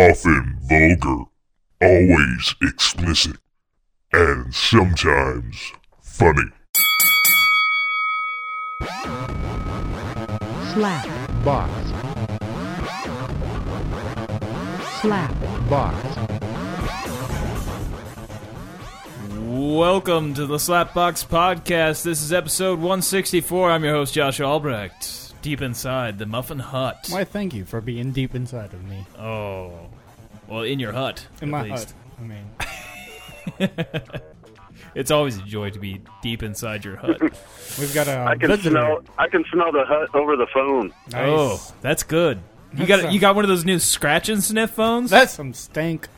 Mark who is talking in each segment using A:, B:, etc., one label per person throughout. A: often vulgar, always explicit, and sometimes funny.
B: slap
C: box,
B: slap
C: box.
D: Welcome to the Slapbox Podcast. This is episode 164. I'm your host, Joshua Albrecht. Deep inside the Muffin Hut.
E: Why, thank you for being deep inside of me.
D: Oh. Well, in your hut.
E: In
D: at
E: my
D: least.
E: hut. I mean,
D: It's always a joy to be deep inside your hut.
E: we've got a
F: I can
E: visitor.
F: smell. I can smell the hut over the phone.
E: Nice.
D: oh, that's good. You
E: That's
D: got
E: a-
D: you got one of those new scratch and sniff phones?
E: That's some stank.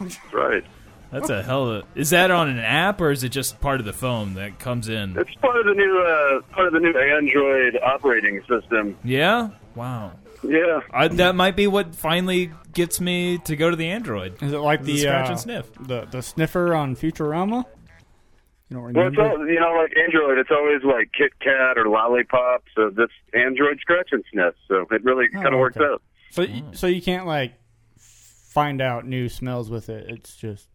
F: That's right.
D: That's a hell of a. Is that on an app or is it just part of the phone that comes in?
F: It's part of the new uh, part of the new Android operating system.
D: Yeah? Wow.
F: Yeah,
D: I, that might be what finally gets me to go to the Android.
E: Is it like
D: The
E: the,
D: scratch
E: uh,
D: and sniff.
E: The the sniffer on Futurama? You don't
F: well, it's
E: remember?
F: all, you know, like Android, it's always like Kit Kat or Lollipop. So this Android scratch and sniff. So it really kind of works
E: Oh, okay.
F: out.
E: so y- so you can't like find out new smells with it. It's just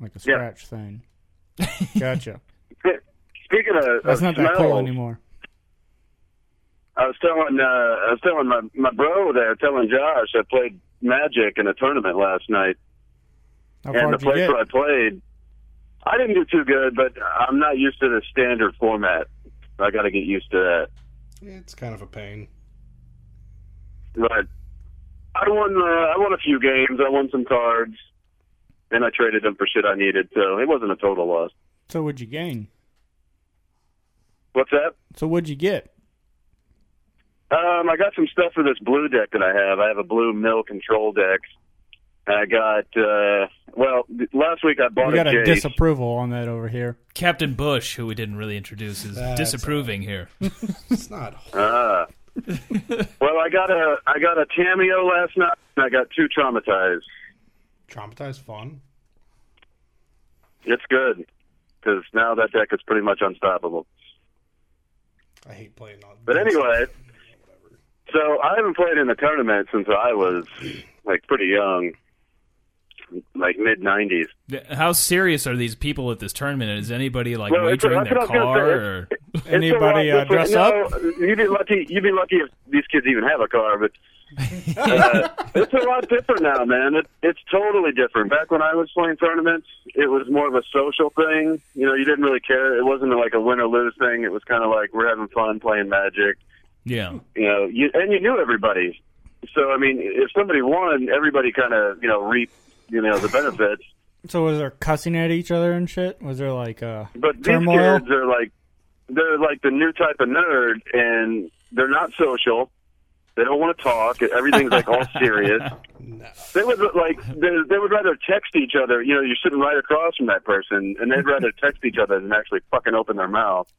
E: like a
F: Yeah.
E: scratch thing. Gotcha.
F: Speaking of,
E: That's
F: of
E: not that cool
F: smells,
E: anymore.
F: I was telling uh, I was telling my my bro there, telling Josh, I played Magic in a tournament last night.
E: How
F: and
E: far
F: the
E: did you
F: place
E: get?
F: where I played, I didn't do too good, but I'm not used to the standard format. I got to get used to that.
C: It's kind of a pain.
F: But I won. Uh, I won a few games. I won some cards, and I traded them for shit I needed. So it wasn't a total loss.
E: So what'd you gain?
F: What's that?
E: So what'd you get?
F: Um, I got some stuff for this blue deck that I have. I have a blue mill control deck. And I got uh well th- last week I bought
E: We got a
F: a Jace.
E: disapproval on that over here.
D: Captain Bush, who we didn't really introduce, is
C: That's
D: disapproving here.
C: It's not.
F: Ah. well, I got a I got a cameo last night. and I got two traumatized.
C: Traumatized fun.
F: It's good because now that deck is pretty much unstoppable.
C: I hate playing on.
F: But anyway, so I haven't played in a tournament since I was like pretty young, like mid '90s.
D: Th- How serious are these people at this tournament? Is anybody like
F: Well, it's-
D: wagering
F: that's
D: their
F: what I was gonna
D: car?
F: say.
D: Or...
E: Anybody uh,
F: It's a lot-
E: dress
F: no,
E: up?
F: You'd be lucky. You'd be lucky if these kids even have a car. But uh, it's a lot different now, man. It, it's totally different. Back when I was playing tournaments, it was more of a social thing. You know, you didn't really care. It wasn't like a win or lose thing. It was kind of like we're having fun playing Magic.
D: Yeah,
F: you know, you, and you knew everybody. So I mean, if somebody won, everybody kind of you know reap you know the benefits.
E: So was there cussing at each other and shit? Was there like uh
F: But these
E: turmoil?
F: kids uh, are like they're like the new type of nerd, and they're not social. They don't want to talk. Everything's like all serious.
C: No.
F: They would like they, they would rather text each other. You know, you're sitting right across from that person, and they'd rather text each other than actually fucking open their mouth.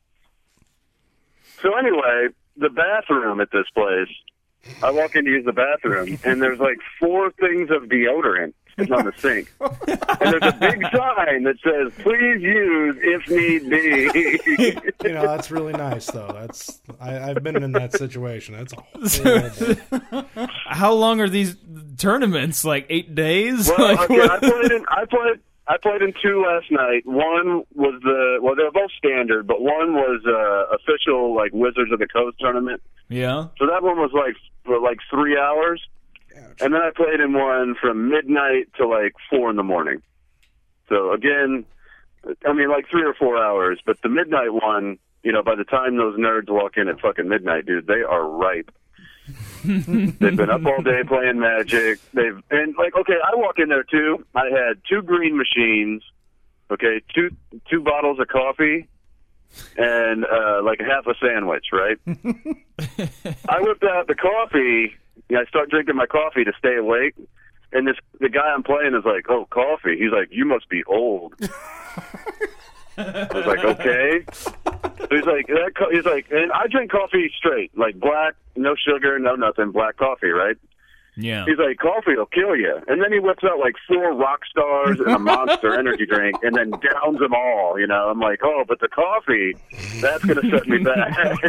F: So anyway, the bathroom at this place. I walk in to use the bathroom, and there's like four things of deodorant sitting on the sink, and there's a big sign that says "Please use if need be."
C: You know that's really nice though. That's I, I've been in that situation. That's horrible.
D: how long are these tournaments? Like eight days?
F: Well,
D: Like,
F: okay, I
D: what-
F: played in. I played. I played in two last night. One was the well, they were both standard, but one was uh, official like Wizards of the Coast tournament.
D: Yeah,
F: So that one was like for like three hours,
C: Ouch.
F: and then I played in one from midnight to like four in the morning. So again, I mean like three or four hours, but the midnight one, you know, by the time those nerds walk in at fucking midnight, dude, they are ripe. They've been up all day playing Magic. They've and like okay, I walk in there too. I had two green machines, okay, two two bottles of coffee, and uh, like half a sandwich, right? I whipped out the coffee. And I start drinking my coffee to stay awake. And this the guy I'm playing is like, "Oh, coffee." He's like, "You must be old." I was like, "Okay." So he's like, that co-, "He's like," and I drink coffee straight, like black, no sugar, no nothing, black coffee, right?
D: yeah.
F: He's like, "Coffee will kill you." And then he whips out like four rock stars and a Monster Energy drink, and then downs them all. You know, I'm like, "Oh, but the coffee, that's gonna set me back."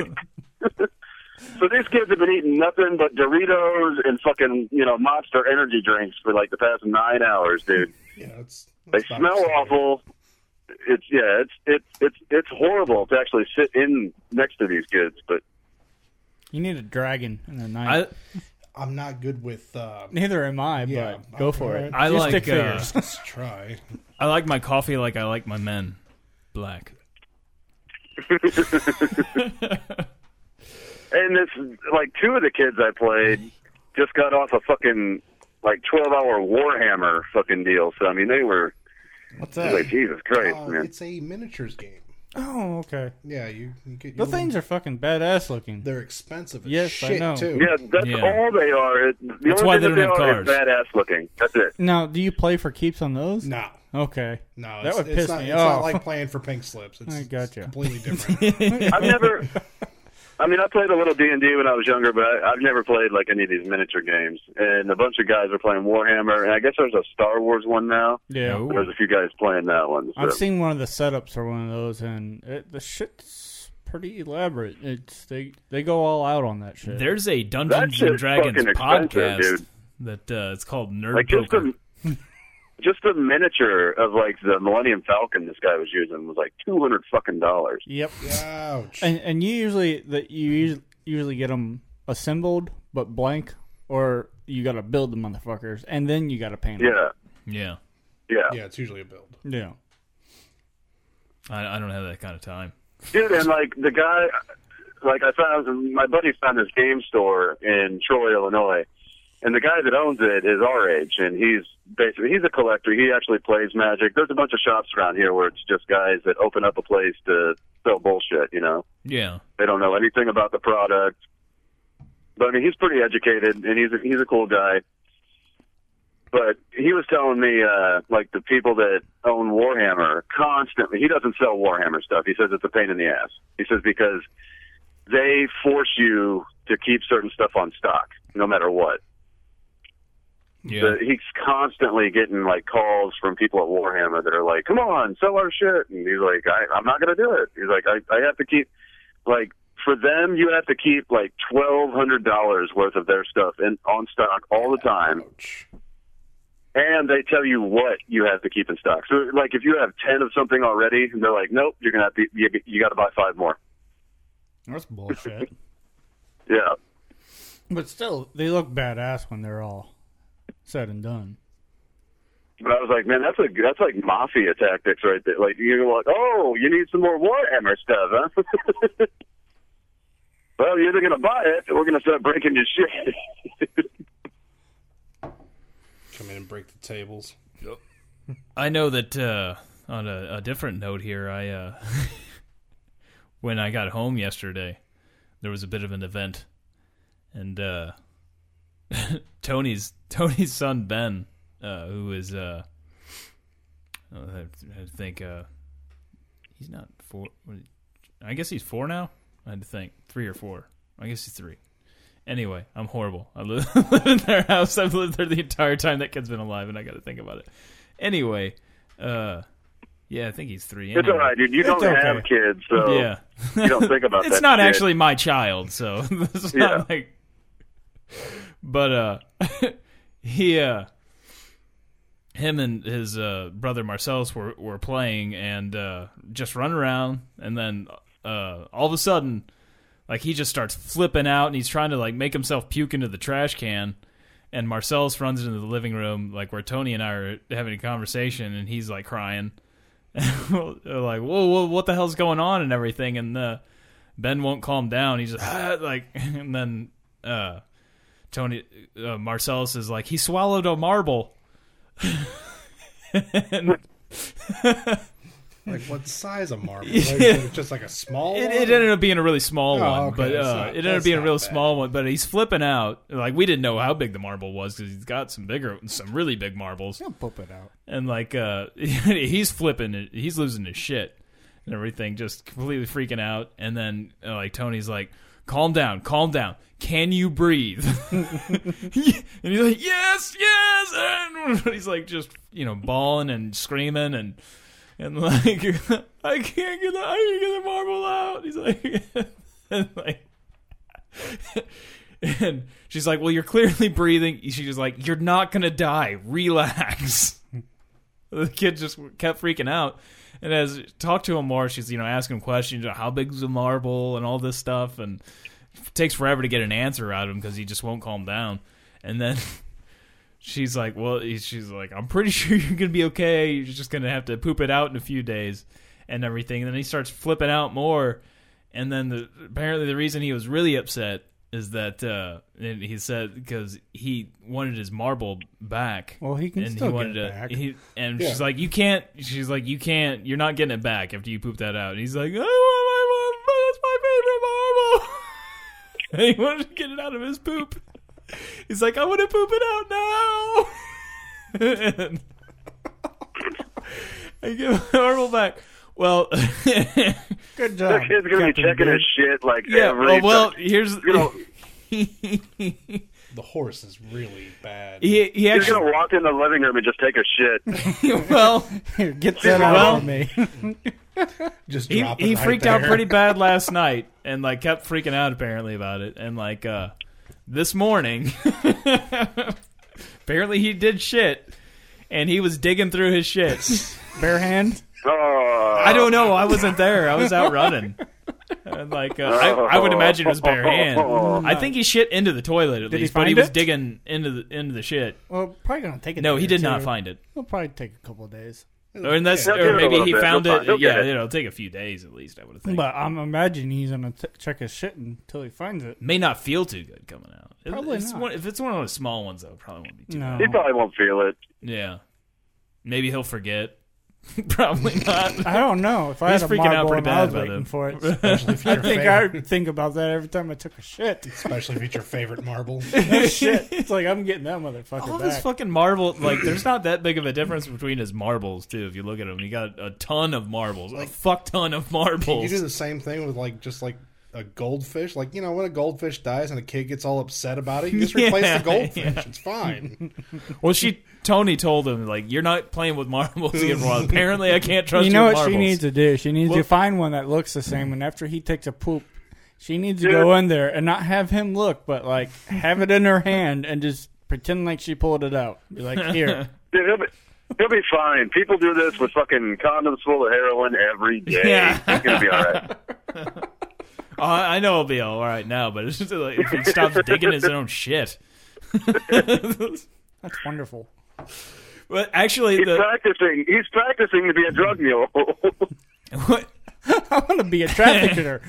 F: So these kids have been eating nothing but Doritos and fucking, you know, monster energy drinks for like the past nine hours, dude.
C: Yeah, it's,
F: They
C: it's about
F: smell
C: the same.
F: awful. It's yeah, it's it's it's it's horrible to actually sit in next to these kids, but
E: You need a dragon in the night.
D: I
C: I'm not good with. Uh,
E: Neither am I,
C: Yeah,
E: but go for
C: alright.
E: it.
D: I
E: Just
D: like,
E: stick
D: uh,
E: figures.
C: let's try.
D: I like my coffee like I like my men, black.
F: and this like two of the kids I played just got off a fucking like twelve hour Warhammer fucking deal. So I mean they were
E: What's
F: they
E: that?
F: were like Jesus Christ,
D: Oh,
C: Uh,
F: man.
C: it's a miniatures game.
E: Oh, okay.
C: Yeah, you, you get
E: The
C: your
E: things are fucking badass looking.
C: They're expensive as
E: Yes, I
C: shit
E: know.
C: too.
F: Yeah, that's
D: Yeah.
F: all they are. It, the
D: That's
F: only
D: why
F: thing
D: they
F: that
D: don't
F: they
D: have
F: are
D: cars.
F: is badass looking. That's it.
E: Now, do you play for keeps on those?
C: No,
E: Okay.
C: no,
E: That
C: it's,
E: would
C: it's
E: piss
C: not,
E: me
C: it's
E: off.
C: not like playing for pink slips. It's,
E: I gotcha.
C: it's completely different.
F: I've never. I mean, I played a little D and D when I was younger, but I, I've never played like any of these miniature games. And a bunch of guys are playing Warhammer, and I guess there's a Star Wars one now.
E: Yeah.
D: No.
F: There's a few guys playing that one. So.
E: I've seen one of the setups for one of those, and it, the shit's pretty elaborate. It's they they go all out on that shit.
D: There's a Dungeons
F: shit's
D: and Dragons
F: fucking
D: podcast
F: expensive, dude.
D: that uh, it's called Nerd
F: like just
D: Poker.
F: the just the miniature of like the Millennium Falcon this guy was using was like two hundred fucking dollars.
E: Yep.
C: Ouch.
E: And and you usually that you usu- usually get them assembled but blank, or you got to build the motherfuckers and then you got to paint them.
F: Yeah,
D: yeah,
F: yeah,
C: yeah, it's usually a build.
E: Yeah. Yeah.
D: I, I don't have that kind of time.
F: dude. And like the guy, like I found my buddy found this game store in Troy, Illinois, and the guy that owns it is our age, and he's basically he's a collector. He actually plays Magic. There's a bunch of shops around here where it's just guys that open up a place to sell bullshit. You know,
D: Yeah,
F: they don't know anything about the product. But I mean, he's pretty educated, and he's a, he's a cool guy. But he was telling me, uh, like the people that own Warhammer constantly. He doesn't sell Warhammer stuff. He says it's a pain in the ass. He says because they force you to keep certain stuff on stock, no matter what.
D: yeah.
F: The- he's constantly getting like calls from people at Warhammer that are like, "Come on, sell our shit," and he's like, I, "I'm not gonna do it." He's like, "I, I have to keep like for them, you have to keep like twelve hundred dollars worth of their stuff in on stock all the time,
C: Ouch.
F: and they tell you what you have to keep in stock. So, like, if you have ten of something already, they're like, "Nope, you're gonna have to you, you got to buy five more."
E: That's bullshit.
F: Yeah,
E: but still, they look badass when they're all said and done.
F: But I was like, man, that's a that's like mafia tactics right there. Like you're like, oh, you need some more Warhammer stuff, huh? well, you're either gonna buy it, or we're gonna start breaking your shit.
C: Come in and break the tables.
D: I know that uh, on a, a different note here, I uh, when I got home yesterday, there was a bit of an event, and uh, Tony's Tony's son Ben, uh, who is uh, oh, I I think uh, he's not four. what is- I guess he's four now. I had to think three or four. I guess he's three. Anyway, I'm horrible. I live, live in their house. I've lived there the entire time that kid's been alive, and I got to think about it. Anyway, uh, yeah, I think he's three.
F: it's all
D: anyway.
F: right, dude. You don't
E: okay.
F: have kids, so
D: Yeah,
F: you don't think about that.
D: it's not
F: shit.
D: actually my child, so it's not like. But uh, he uh, him and his uh brother Marcellus were were playing and uh just run around, and then uh all of a sudden, like he just starts flipping out, and he's trying to like make himself puke into the trash can. And Marcellus runs into the living room, like where Tony and I are having a conversation, and he's like crying. Well, they're like, whoa, whoa, what the hell's going on and everything. And uh, Ben won't calm down. He's just "Ah," like, and then uh, Tony uh, Marcellus is like, he swallowed a marble. and
C: Like what size of marble? Like, is it just like a small.
D: it,
C: one?
D: it ended up being a really small
C: Oh,
D: one,
C: okay,
D: but
C: that's
D: uh,
C: not-
D: it ended up
C: that's
D: being a
C: not
D: real
C: bad.
D: small one. But he's flipping out. Like we didn't know how big the marble was because he's got some bigger, some really big marbles.
E: Don't poop it out.
D: and like uh he's flipping it he's losing his shit and everything just completely freaking out and then uh, like tony's like calm down calm down can you breathe and he's like yes yes and he's like just you know bawling and screaming and and like i can't get the i can't get the marble out he's like and like and she's like, "Well, you're clearly breathing." She's like, "You're not gonna die. Relax." the kid just kept freaking out. And as talked to him more, she's you know asking him questions, how big's the marble and all this stuff, and it takes forever to get an answer out of him because he just won't calm down. And then she's like, "Well, she's like, I'm pretty sure you're gonna be okay. You're just gonna have to poop it out in a few days and everything." And then he starts flipping out more. And then the, apparently the reason he was really upset is that uh, and he said because he wanted his marble back.
E: Well, he can
D: and
E: still
D: he
E: get
D: wanted
E: it
D: to-
E: back.
D: He, and
C: Yeah.
D: she's like, "You can't." She's like, "You can't. You're not getting it back after you poop that out." And he's like, "I want my marble. That's my favorite marble." and he wanted to get it out of his poop. He's like, "I want to poop it out now." and I give my marble back. Well,
E: Good
F: The
E: job.
F: kid's gonna be
E: Captain
F: checking
E: Beard.
F: his shit like
D: yeah.
F: every.
D: oh, well,
F: time.
D: here's
F: you know,
C: The horse is really bad.
D: he he
F: he's
D: actually
F: gonna walk in the living room and just take a shit.
D: well.
E: Here, get that out
D: Well-
E: for me.
C: Just
D: he,
C: drop it
D: he
C: right
D: freaked out
C: there.
D: pretty bad last night and like kept freaking out apparently about it and like uh this morning apparently he did shit and he was digging through his shit
E: Bare hand.
F: Oh,
D: i don't know i wasn't there i was out running and like uh, I, I would imagine it was bare hand
F: Oh.
D: i think he shit into the toilet at
E: he
D: least but he
E: find
D: was
E: it?
D: digging into the into the shit
E: Well, probably gonna take it.
D: no he did not find it
E: It'll probably take a couple of days.
D: or, unless,
F: He'll give it
D: or
F: a
D: maybe
F: little
D: he
F: bit.
D: found
F: He'll
D: it
F: find- he'll get
D: yeah
F: it.
D: it'll take a few days at least i would think
E: But I'm imagining he's gonna t- check his shit until he finds it.
D: may not feel too good coming out. If-
E: Probably
D: it's
E: not.
D: One, if it's one of those small ones, though, it probably won't be too.
E: No,
F: He probably won't feel it.
D: Yeah, maybe he'll forget. probably not.
E: I don't know. If I
D: He's
E: had a
D: freaking out
E: marble,
D: pretty
E: and
D: bad
E: I was
D: about
E: waiting
D: it.
E: for it.
C: Especially if
E: I
C: your
E: think I
C: favorite,
E: would think about that every time I took a shit.
C: especially if it's your favorite marble.
E: That shit. It's like I'm getting that motherfucker
D: All this
E: back.
D: fucking marble, like, there's not that big of a difference between his marbles, too. If you look at him, he got a ton of marbles, a fuck ton of
C: You
D: marbles.
C: do the same thing with like just like a goldfish. Like you know when a goldfish dies and a kid gets all upset about it, you just replace
D: Yeah,
C: the goldfish.
D: yeah.
C: It's fine.
D: Well, she Tony told him like, "You're not playing with marbles anymore." Apparently, I can't trust
E: you know
D: your
E: what she
D: marbles.
E: needs to do? She needs
D: Well-
E: to find one that looks the same. And after he takes a poop, she needs to
F: Dude.
E: go in there and not have him look, but like have it in her hand and just pretend like she pulled it out. Be like, here,
F: Dude, he'll be, he'll be fine. People do this with fucking condoms full of heroin every day.
D: Yeah.
F: He's gonna be all right.
D: Uh, I know it'll be all right now, but it's just like if he stops digging his own shit.
E: that's wonderful.
D: But actually,
F: He's
D: the
F: practicing. He's practicing to be a drug mule.
D: what,
E: I want to be a trafficker.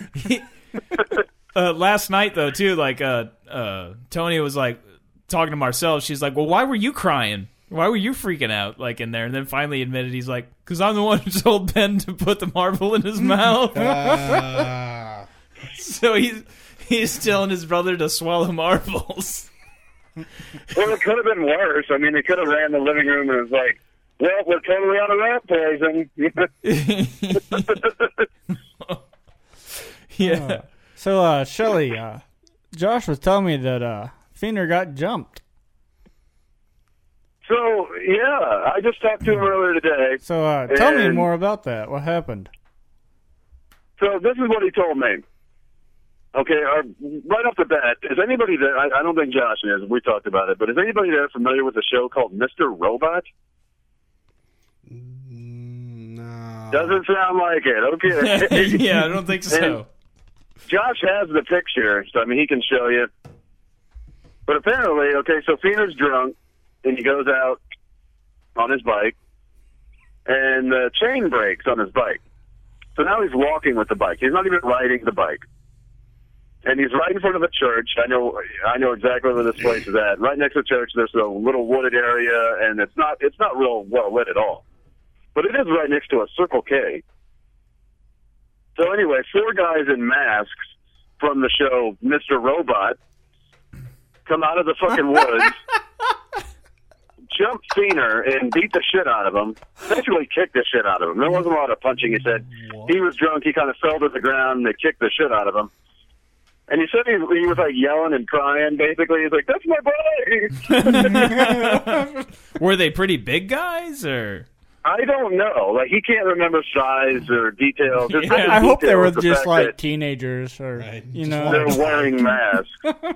D: uh, last night though too like uh uh tony was like talking to marcel she's like well why were you crying why were you freaking out like in there and then finally admitted he's like because i'm the one who told ben to put the marble in his mouth
C: Uh,
D: so he's he's telling his brother to swallow marbles
F: well, it could have been worse. I mean, they could have ran the living room and was like, "Well, we're totally out of rat poison."
D: yeah
E: so, uh, Shelly, uh, Josh was telling me that uh, Feener got jumped.
F: so yeah, I just talked to him earlier today.
E: So, uh, tell me
F: And-
E: more about that. What happened?
F: So this is what he told me. Okay, uh, right off the bat, is anybody there? I, I don't think Josh is. We talked about it, but is anybody there familiar with a show called Mr. Robot?
C: no.
F: Doesn't sound like it. Okay.
D: yeah i don't think so
F: Josh has the picture, so I mean he can show you. But apparently, okay, so Feener's drunk and he goes out on his bike and the chain breaks on his bike. So now he's walking with the bike. He's not even riding the bike. And he's right in front of a church. I know I know exactly where this place is at. Right next to the church there's a little wooded area and it's not it's not real well lit at all. But it is right next to a circle K. So anyway, four guys in masks from the show Mr. Robot come out of the fucking woods, jump Feener and beat the shit out of him. Basically kicked the shit out of him. There wasn't a lot of punching. He said he was drunk. He kind of fell to the ground. And they kicked the shit out of him. And he said he, he was like yelling and crying. Basically, he's like, "That's my bike."
D: were they pretty big guys or
F: I don't know. Like he can't remember size or details. There's
D: Yeah,
F: nothing
E: I hope they
F: detailed
E: were
F: with the
E: just
F: fact
E: like
F: that
E: teenagers or
C: Right,
E: you
C: just
E: know.
C: wanted-
F: they're wearing masks.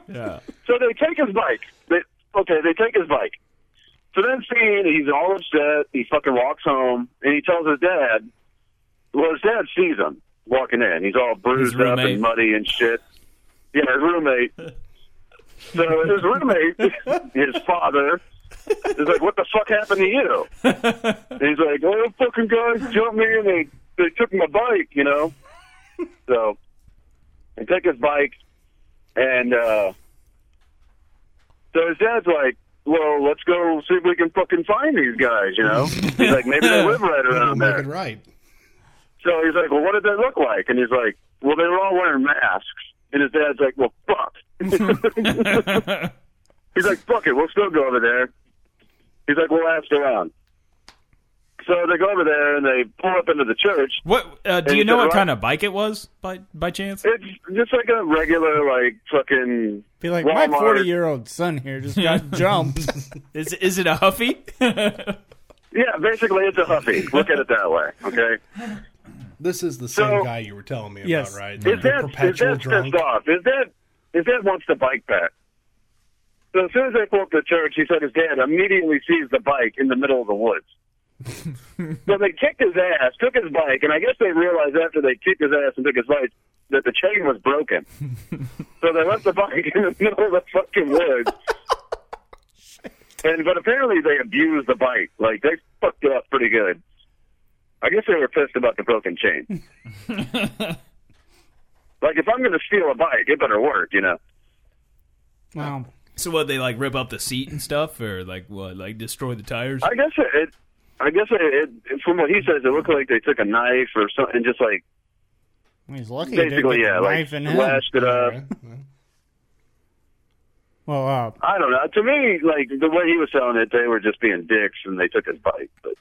D: Yeah.
F: So they take his bike. They, okay, they take his bike. So then Steen, he's all upset. He fucking walks home, and he tells his dad. Well, his dad sees him walking in. He's all bruised up
D: roommate.
F: and muddy and shit. Yeah, his roommate. So his roommate, his father, is like, "What the fuck happened to you?" And he's like, "Oh, fucking guys jumped me and they they took my bike, you know." So they take his bike, and uh, so his dad's like, "Well, let's go see if we can fucking find these guys," you know. He's like, "Maybe they live right
C: We'll
F: around
C: make
F: there."
C: it right.
F: So he's like, "Well, what did they look like?" And he's like, "Well, they were all wearing masks." And his dad's like, "Well, fuck." he's like, "Fuck it, we'll still go over there." He's like, "We'll ask around." So they go over there and they pull up into the church.
D: What uh, do
F: And
D: you know
F: the
D: what
F: rock-
D: kind of bike it was by by chance?
F: It's just like a regular, like fucking.
E: Be like my
F: Walmart.
E: forty-year-old son here just got jumped.
D: Is is it a huffy?
F: Yeah, basically, it's a huffy. Look at it that way, okay?
C: This is the same
F: So-
C: guy you were telling me about,
E: Yes.
C: right?
F: Is
C: The
F: that is
C: perpetual
F: that
C: drunk.
F: pissed off? Is that is that wants the bike back? So as soon as they pull up to church, he said his dad immediately sees the bike in the middle of the woods. so they kicked his ass, took his bike, and I guess they realized after they kicked his ass and took his bike that the chain was broken. so they left the bike in the middle of the fucking woods. and but apparently they abused the bike. Like they fucked it up pretty good. I guess they were pissed about the broken chain. Like if I'm going to steal a bike, it better work, you know.
E: Wow.
D: so what they like rip up the seat and stuff, or like what like destroy the tires?
F: I guess it. it I guess it, it. From what he says, it looked like they took a knife or something, and just like
E: He's lucky.
F: basically,
E: he didn't get
F: yeah,
E: the
F: like
E: knife in him.
F: slashed it up.
C: Right? Well,
E: Well, uh,
F: I don't know. To me, like the way he was selling it, they were just being dicks, and they took his bike. But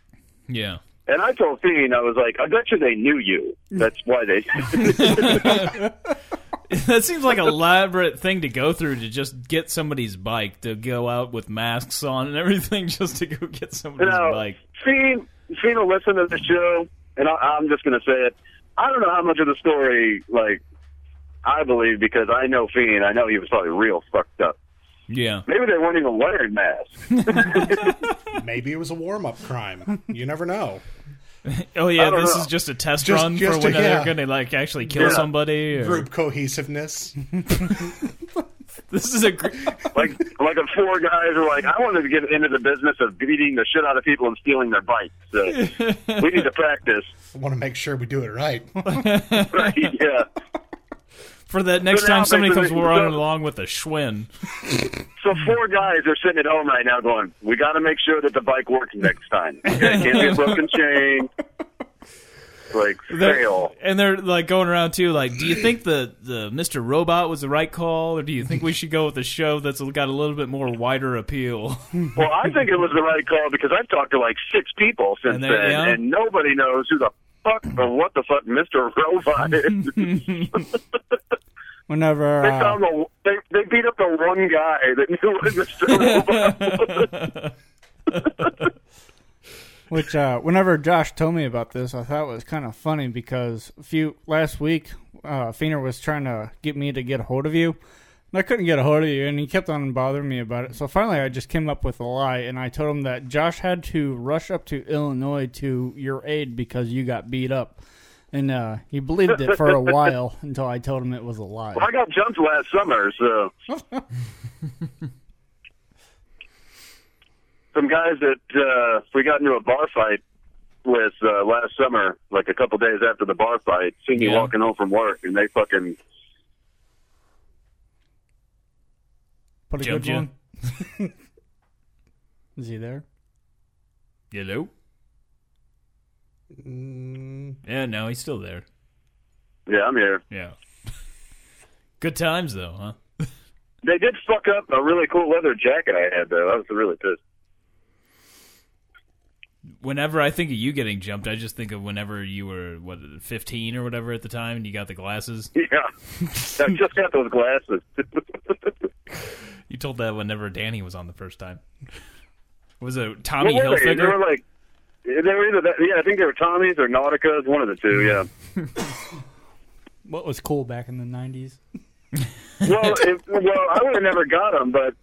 D: Yeah.
F: and I told Fiend, I was like, I bet you they knew you. That's why they.
D: That seems like an elaborate thing to go through to just get somebody's bike to go out with masks on and everything just to go get somebody's
F: No.
D: bike.
F: Fiend, Fiend will listen to the show, and I, I'm just going to say it. I don't know how much of the story, like, I believe because I know Fiend. I know he was probably real fucked up.
D: Yeah.
F: Maybe they weren't even wearing masks.
C: maybe it was a warm up crime. You never know.
D: Oh yeah,
F: I don't
D: this
F: know.
D: is just a test
C: Just-
D: run
C: just
D: for when
C: to-
D: they're
C: yeah.
D: going to like actually kill
F: Yeah.
D: somebody. Or...
C: Group cohesiveness.
D: This is a gr-
F: Like, like the four guys are like, I wanted to get into the business of beating the shit out of people and stealing their bikes. So we need to practice.
C: I want to make sure we do it right.
F: Right? Yeah.
D: for that next
F: So now
D: time somebody comes
F: basically-
D: running
F: so-
D: along with a Schwinn.
F: So four guys are sitting at home right now going, we got to make sure that the bike works next time. Okay, can't be a broken chain. Like,
D: They're-
F: fail.
D: And they're like going around too, like, do you think the, the Mr. Robot was the right call, or do you think we should go with a show that's got a little bit more wider appeal?
F: Well, I think it was the right call because I've talked to like six people since
D: And
F: then,
D: there you go.
F: and nobody knows who the fuck or what the fuck Mr. Robot is.
E: whenever
F: They
E: uh,
F: found the they, they beat up the one guy that knew what Mr. Robot was.
E: Which, uh, whenever Josh told me about this, I thought it was kind of funny because a few last week, uh, Feener was trying to get me to get a hold of you, and I couldn't get a hold of you, and he kept on bothering me about it. So finally, I just came up with a lie, and I told him that Josh had to rush up to Illinois to your aid because you got beat up, and uh, he believed it for a while until I told him it was a lie.
F: I got jumped last summer, so some guys that uh, we got into a bar fight with uh, last summer, like a couple days after the bar fight, seen me
D: Yeah.
F: walking home from work, and they fucking
E: Put a
D: Jumped
E: good
D: you.
E: one. Is he there?
D: Hello? Yeah, no, he's still there.
F: yeah, I'm here.
D: Yeah. Good times though, huh?
F: They did fuck up a really cool leather jacket I had though. I was really pissed.
D: Whenever I think of you getting jumped, I just think of whenever you were what 15 or whatever at the time and you got the glasses.
F: Yeah, I just got those glasses.
D: You told that whenever Danny was on the first time. Was it
F: Well,
D: Tommy
F: were they? They
D: Hilfiger?
F: were like, They were either that, yeah, I think they were Tommy's or Nautica's, one of the two. Yeah.
E: What was cool back in the nineties?
F: Well, if, well, I would have never got them, but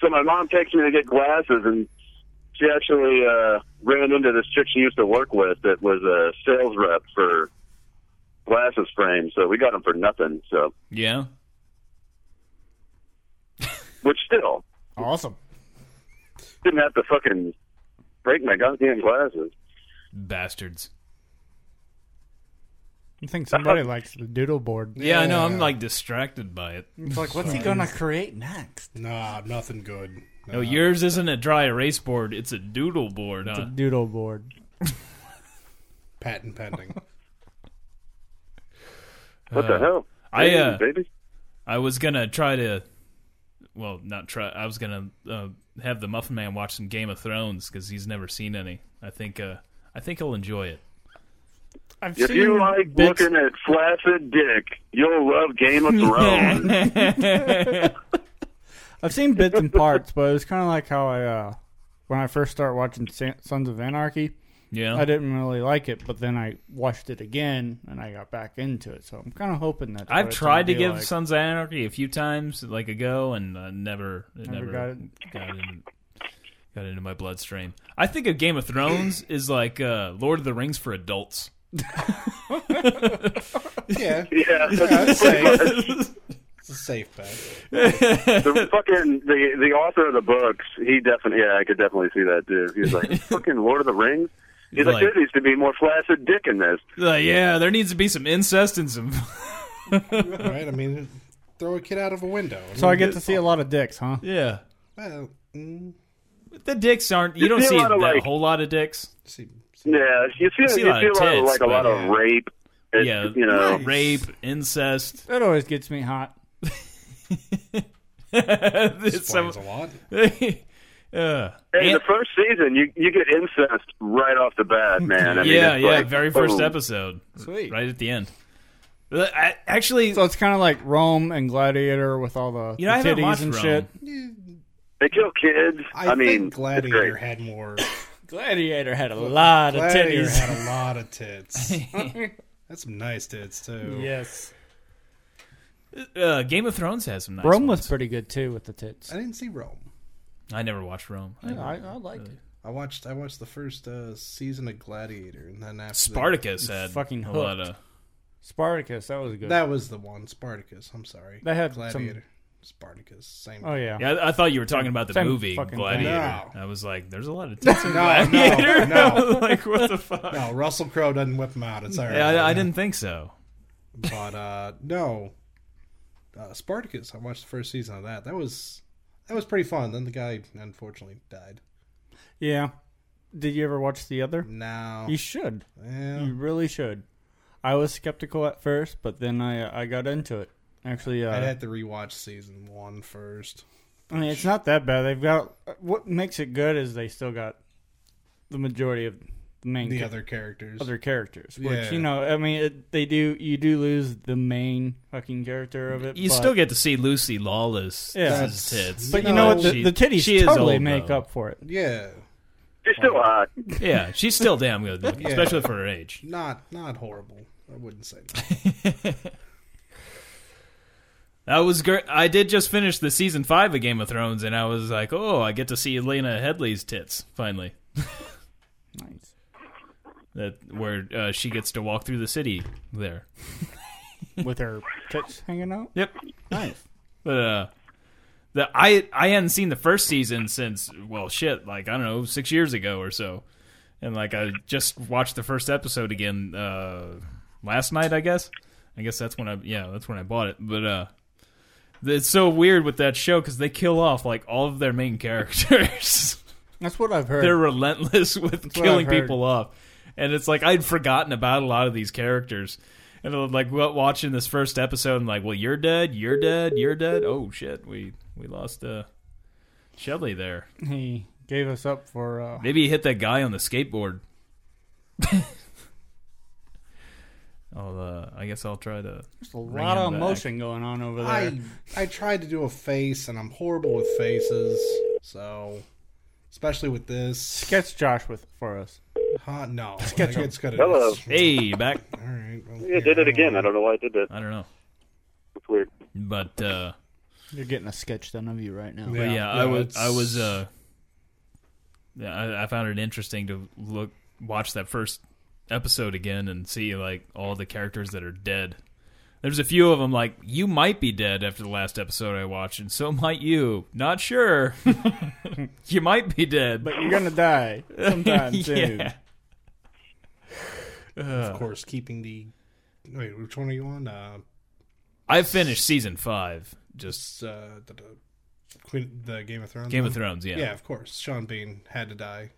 F: so my mom takes me to get glasses, and she actually uh, ran into this chick she used to work with that was a sales rep for glasses frames. So we got them for nothing. So,
D: Yeah.
F: which still
E: Awesome.
F: didn't have to fucking break my goddamn glasses.
D: Bastards.
E: I think somebody likes the doodle board.
D: Yeah, I know. I'm like distracted by it.
E: It's like, what's he gonna create next?
C: Nah, nothing good.
D: No, Oh, yours isn't a dry erase board. It's a doodle board. Huh?
E: Doodle board.
C: Patent pending.
F: What the hell?
D: I, uh,
F: baby.
D: I was gonna try to, well, not try. I was gonna uh, have the Muffin Man watch some Game of Thrones because he's never seen any. I think. Uh, I think he'll enjoy it.
E: I've
F: If you like
E: bits-
F: looking at flaccid dick, you'll love Game of Thrones.
E: I've seen bits and parts, but it was kind of like how I, uh, when I first started watching Sa- Sons of Anarchy,
D: Yeah.
E: I didn't really like it, but then I watched it again and I got back into it. So I'm kind of hoping that
D: I've tried to give
E: like.
D: Sons of Anarchy a few times, like a go, and uh, never, it never,
E: Never
D: got got, in, got into my bloodstream. I think of Game of Thrones is like uh, Lord of the Rings for adults.
C: Yeah,
F: yeah.
C: that's safe. it's a safe bet.
F: the fucking the the author of the books, he definitely yeah, I could definitely see that too. He was like fucking Lord of the Rings. He's like,
D: Like-
F: there needs to be more flaccid dick in this.
D: Like, yeah, there needs to be some incest and some.
C: Right? I mean, throw a kid out of a window.
E: So I get to see a lot of dicks, huh?
D: yeah,
C: Well, mm,
D: the dicks aren't. You,
F: You
D: don't
F: see a
D: see
F: lot
D: that
F: of, like-
D: whole lot of dicks.
C: see, see-
F: Yeah, you see, you
D: see
F: see,
D: a lot
F: a
D: of
F: lot of
D: tits,
F: like a lot
D: but-
F: of rape. It's,
D: yeah,
F: you know,
D: rape, incest.
E: That always gets me hot.
D: It's
C: explains
D: some-
C: a lot.
D: uh,
F: hey,
D: and-
F: the first season you you get incest right off the bat, man. I mean,
D: Mm, yeah,
F: it's
D: yeah,
F: like,
D: very first
F: boom.
D: episode,
E: Sweet.
D: right at the end. Uh, I, actually,
E: So it's kind of like Rome and Gladiator with all the,
D: You know, I
E: the
D: haven't watched
E: titties and
D: Rome.
E: shit.
F: They kill kids.
C: I,
F: I, mean,
C: think
F: it's
C: Gladiator
F: great.
C: had more.
E: Gladiator had a lot
C: Gladiator had a lot of tits. That's some nice tits too.
E: yes.
D: uh, Game of Thrones has some nice.
E: Rome was
D: ones.
E: pretty good too with the tits.
C: I didn't see Rome.
D: I never watched Rome. I never-
E: I, I liked it.
C: I watched I watched the first uh, season of Gladiator, and then after
D: Spartacus had
E: Fucking
D: a lot of.
E: Spartacus, that was good.
C: that, that was the one Spartacus. I'm sorry,
E: They had some-
C: Gladiator, Spartacus, same.
E: oh yeah.
D: Yeah, I, I thought you were talking about the
E: Same
D: movie
E: fucking
D: Gladiator.
C: thing.
D: I was like, "There's a lot of tits in
C: No,
D: Gladiator."
C: no, no,
D: like, what the fuck?
C: no. Russell Crowe doesn't whip him out. It's all right.
D: Yeah, I, I didn't think so.
C: But uh, no, uh, Spartacus. I watched the first season of that. That was that was pretty fun. Then the guy unfortunately died.
E: Yeah. Did you ever watch the other?
C: Now,
E: You should.
C: yeah,
E: You really should. I was skeptical at first, but then I I got into it. Actually, uh,
C: I'd have to rewatch season one first.
E: I mean, it's not that bad. They've got what makes it good is they still got the majority of the main
C: The
E: ca-
C: other characters.
E: other characters, which
C: Yeah.
E: you know, I mean, it, they do you do lose the main fucking character of it.
D: You
E: but,
D: still get to see Lucy Lawless.
E: Yeah.
D: as tits.
E: but you
C: No,
E: know what? The,
D: She-
E: the titties
D: she is
E: totally
D: old,
E: make
D: though.
E: up for it.
C: yeah,
F: She's still hot.
D: Yeah, she's still damn good looking,
C: Yeah.
D: especially for her age.
C: not not horrible. I wouldn't say. That.
D: That was great. I did just finish the season five of Game of Thrones, and I was like, "Oh, I get to see Elena Headley's tits finally."
E: Nice.
D: That where uh, she gets to walk through the city there.
E: With her tits hanging out,
D: Yep.
E: nice.
D: But uh, the I I hadn't seen the first season since well shit like I don't know six years ago or so, and like I just watched the first episode again uh last night I guess I guess that's when I yeah that's when I bought it but uh it's so weird with that show because they kill off like all of their main characters
E: That's what I've heard.
D: they're relentless with
E: what
D: killing
E: I've heard.
D: people off. And it's like I'd forgotten about a lot of these characters. And I'm like wa- watching this first episode and like, well, you're dead, you're dead, you're dead. Oh shit, we we lost uh Shelly there.
E: he gave us up for. Uh,
D: Maybe he hit that guy on the skateboard. I'll uh I guess I'll try to
E: there's a
D: Bring
E: lot of
D: him back.
E: emotion going on over there.
C: I I tried to do a face, and I'm horrible with faces. So, especially with this,
E: Gets Josh with for us.
C: Huh, no. I think it's got a-
F: Hello.
D: Hey, back.
C: All right. well,
F: Yeah, I did
C: here,
F: it again. I don't know why I did that.
D: I don't know,
F: It's weird.
D: but uh,
E: You're getting a sketch done of you right now.
D: but yeah, I
C: no,
D: was,
C: it's-
D: I was, uh, yeah, I, I found it interesting to look, watch that first episode again and see like all the characters that are dead. There's a few of them like you might be dead after the last episode I watched, and so might you. Not sure. you might be dead,
E: But you're gonna die sometime soon.
D: yeah.
C: of course, keeping the. Wait, which one are you on? Uh,
D: I finished season five. Just
C: it's, uh, the, the, Queen, the Game of Thrones.
D: Game of
C: one?
D: Thrones, yeah.
C: Yeah. of course. Sean Bean had to die.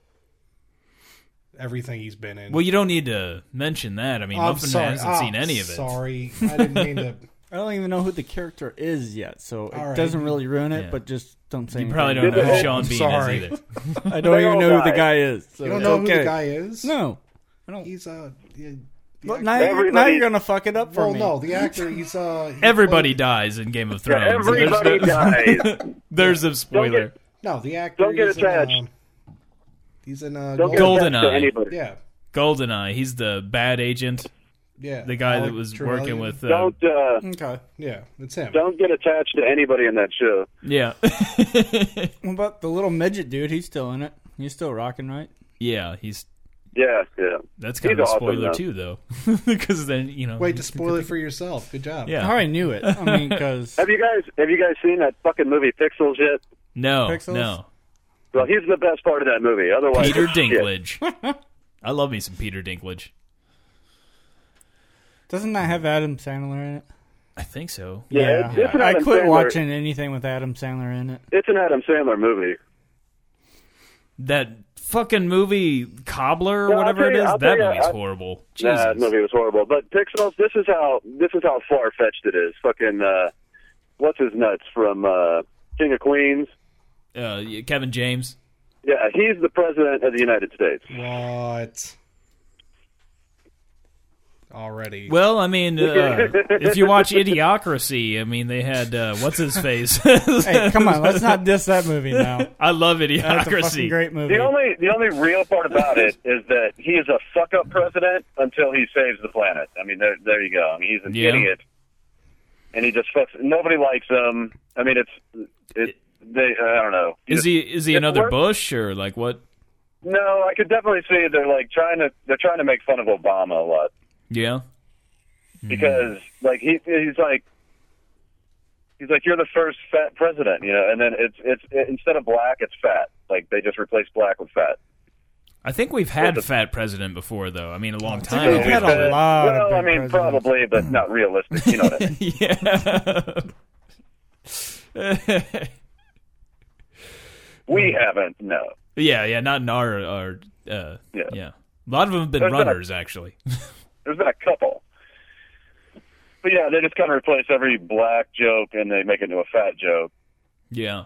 C: Everything he's been in.
D: Well, you don't need to mention that. I mean,
C: I'm
D: Muffin
C: sorry.
D: hasn't
C: Ah,
D: seen any of it.
C: Sorry, I didn't mean to.
E: I don't even know who the character is yet, so it
C: All right.
E: doesn't really ruin it.
D: Yeah.
E: But just don't say.
D: You
E: anything.
D: probably don't know
F: Oh,
D: who Sean
C: I'm
D: Bean
C: sorry.
D: is either.
E: I don't
F: They
E: even
F: all
E: know who the
F: die.
E: guy is. So
C: You don't
E: it's
C: know who
E: okay.
C: the guy is?
E: No, I don't.
C: he's uh, yeah, the
E: Look,
C: actor-
E: now, you're- now
F: Everybody-
E: you're gonna fuck it up for
C: well,
E: me.
C: no, the actor. He's uh, he
D: Everybody
C: played-
D: dies in Game of Thrones.
F: Yeah, everybody
D: there's,
F: dies.
D: there's a spoiler.
F: get-
C: no, the actor.
F: Don't get
C: he's
F: attached.
C: In, uh, he's in uh,
F: Don't get
C: Gold-
F: attached to
D: Goldeneye.
F: anybody.
C: Yeah,
D: Goldeneye, he's the bad agent,
C: yeah.
D: the guy that
C: Alec
D: was
C: Trevelyan.
D: working with. Uh,
F: Don't uh,
E: Okay.
C: Yeah, it's him.
F: don't get attached to anybody in that show.
D: Yeah.
E: What about the little midget dude? He's still in it. He's still rocking, right?
D: yeah, he's.
F: Yeah, yeah.
D: That's kind of
F: He's
D: a
F: awesome,
D: spoiler,
F: though.
D: too, though. Because then, you know.
C: Wait
D: you
C: to
D: can-
C: spoil it for yourself. Good job.
E: I
D: Yeah.
E: already knew it. I mean, because
F: Have you guys have you guys seen that fucking movie Pixels yet?
D: No,
E: Pixels?
D: no.
F: Well, he's the best part of that movie. Otherwise,
D: Peter
F: it's shit.
D: Dinklage. I love me some Peter Dinklage.
E: doesn't that have Adam Sandler in it?
D: I think so.
F: Yeah, It's, it's an
E: I
F: Adam
E: quit
F: Sandler,
E: watching anything with Adam Sandler in it.
F: It's an Adam Sandler movie.
D: that fucking movie Cobbler or
F: Yeah, I'll
D: whatever
F: tell
D: it
F: you-
D: is.
F: I'll
D: that
F: tell you,
D: movie's
F: I-
D: horrible. Jesus.
F: Nah, that movie was horrible. But Pixels, this is how this is how far fetched it is. Fucking uh, what's his nuts from uh, King of Queens?
D: Uh, yeah, Kevin James.
F: Yeah, he's the president of the United States.
C: What? Already.
D: Well, I mean, uh, if you watch Idiocracy, I mean, they had uh, what's his face.
E: Hey, come on, let's not diss that movie now.
D: I love
E: That's a fucking
D: Idiocracy.
E: great movie.
F: The only the only real part about it is that he is a fuck up president until he saves the planet. I mean, there there you go. I mean, he's an
D: Yeah.
F: idiot, and he just fucks. Nobody likes him. I mean, it's it. They I don't know.
D: Is he is he another
F: worked.
D: Bush or like what?
F: No, I could definitely see they're like trying to they're trying to make fun of Obama a lot
D: Yeah, Mm-hmm.
F: because like he he's like. He's like, you're the first fat president, you know, and then it's it's it, instead of black, it's fat. Like they just replace black with fat.
D: I think we've had
F: the-
D: fat president before though. I mean, a long
E: think
D: time.
E: we've had a
D: ago.
E: lot of
F: Well, I
E: big
F: mean,
E: presidents.
F: probably, but not realistic. You know what I mean?
D: yeah.
F: We haven't. No.
D: yeah, yeah, not in our our. Uh, yeah.
F: Yeah.
D: a lot of them have been
F: There's been a-
D: runners actually.
F: There's been a couple. But yeah, they just kind of replace every black joke and they make it into a fat joke.
D: yeah.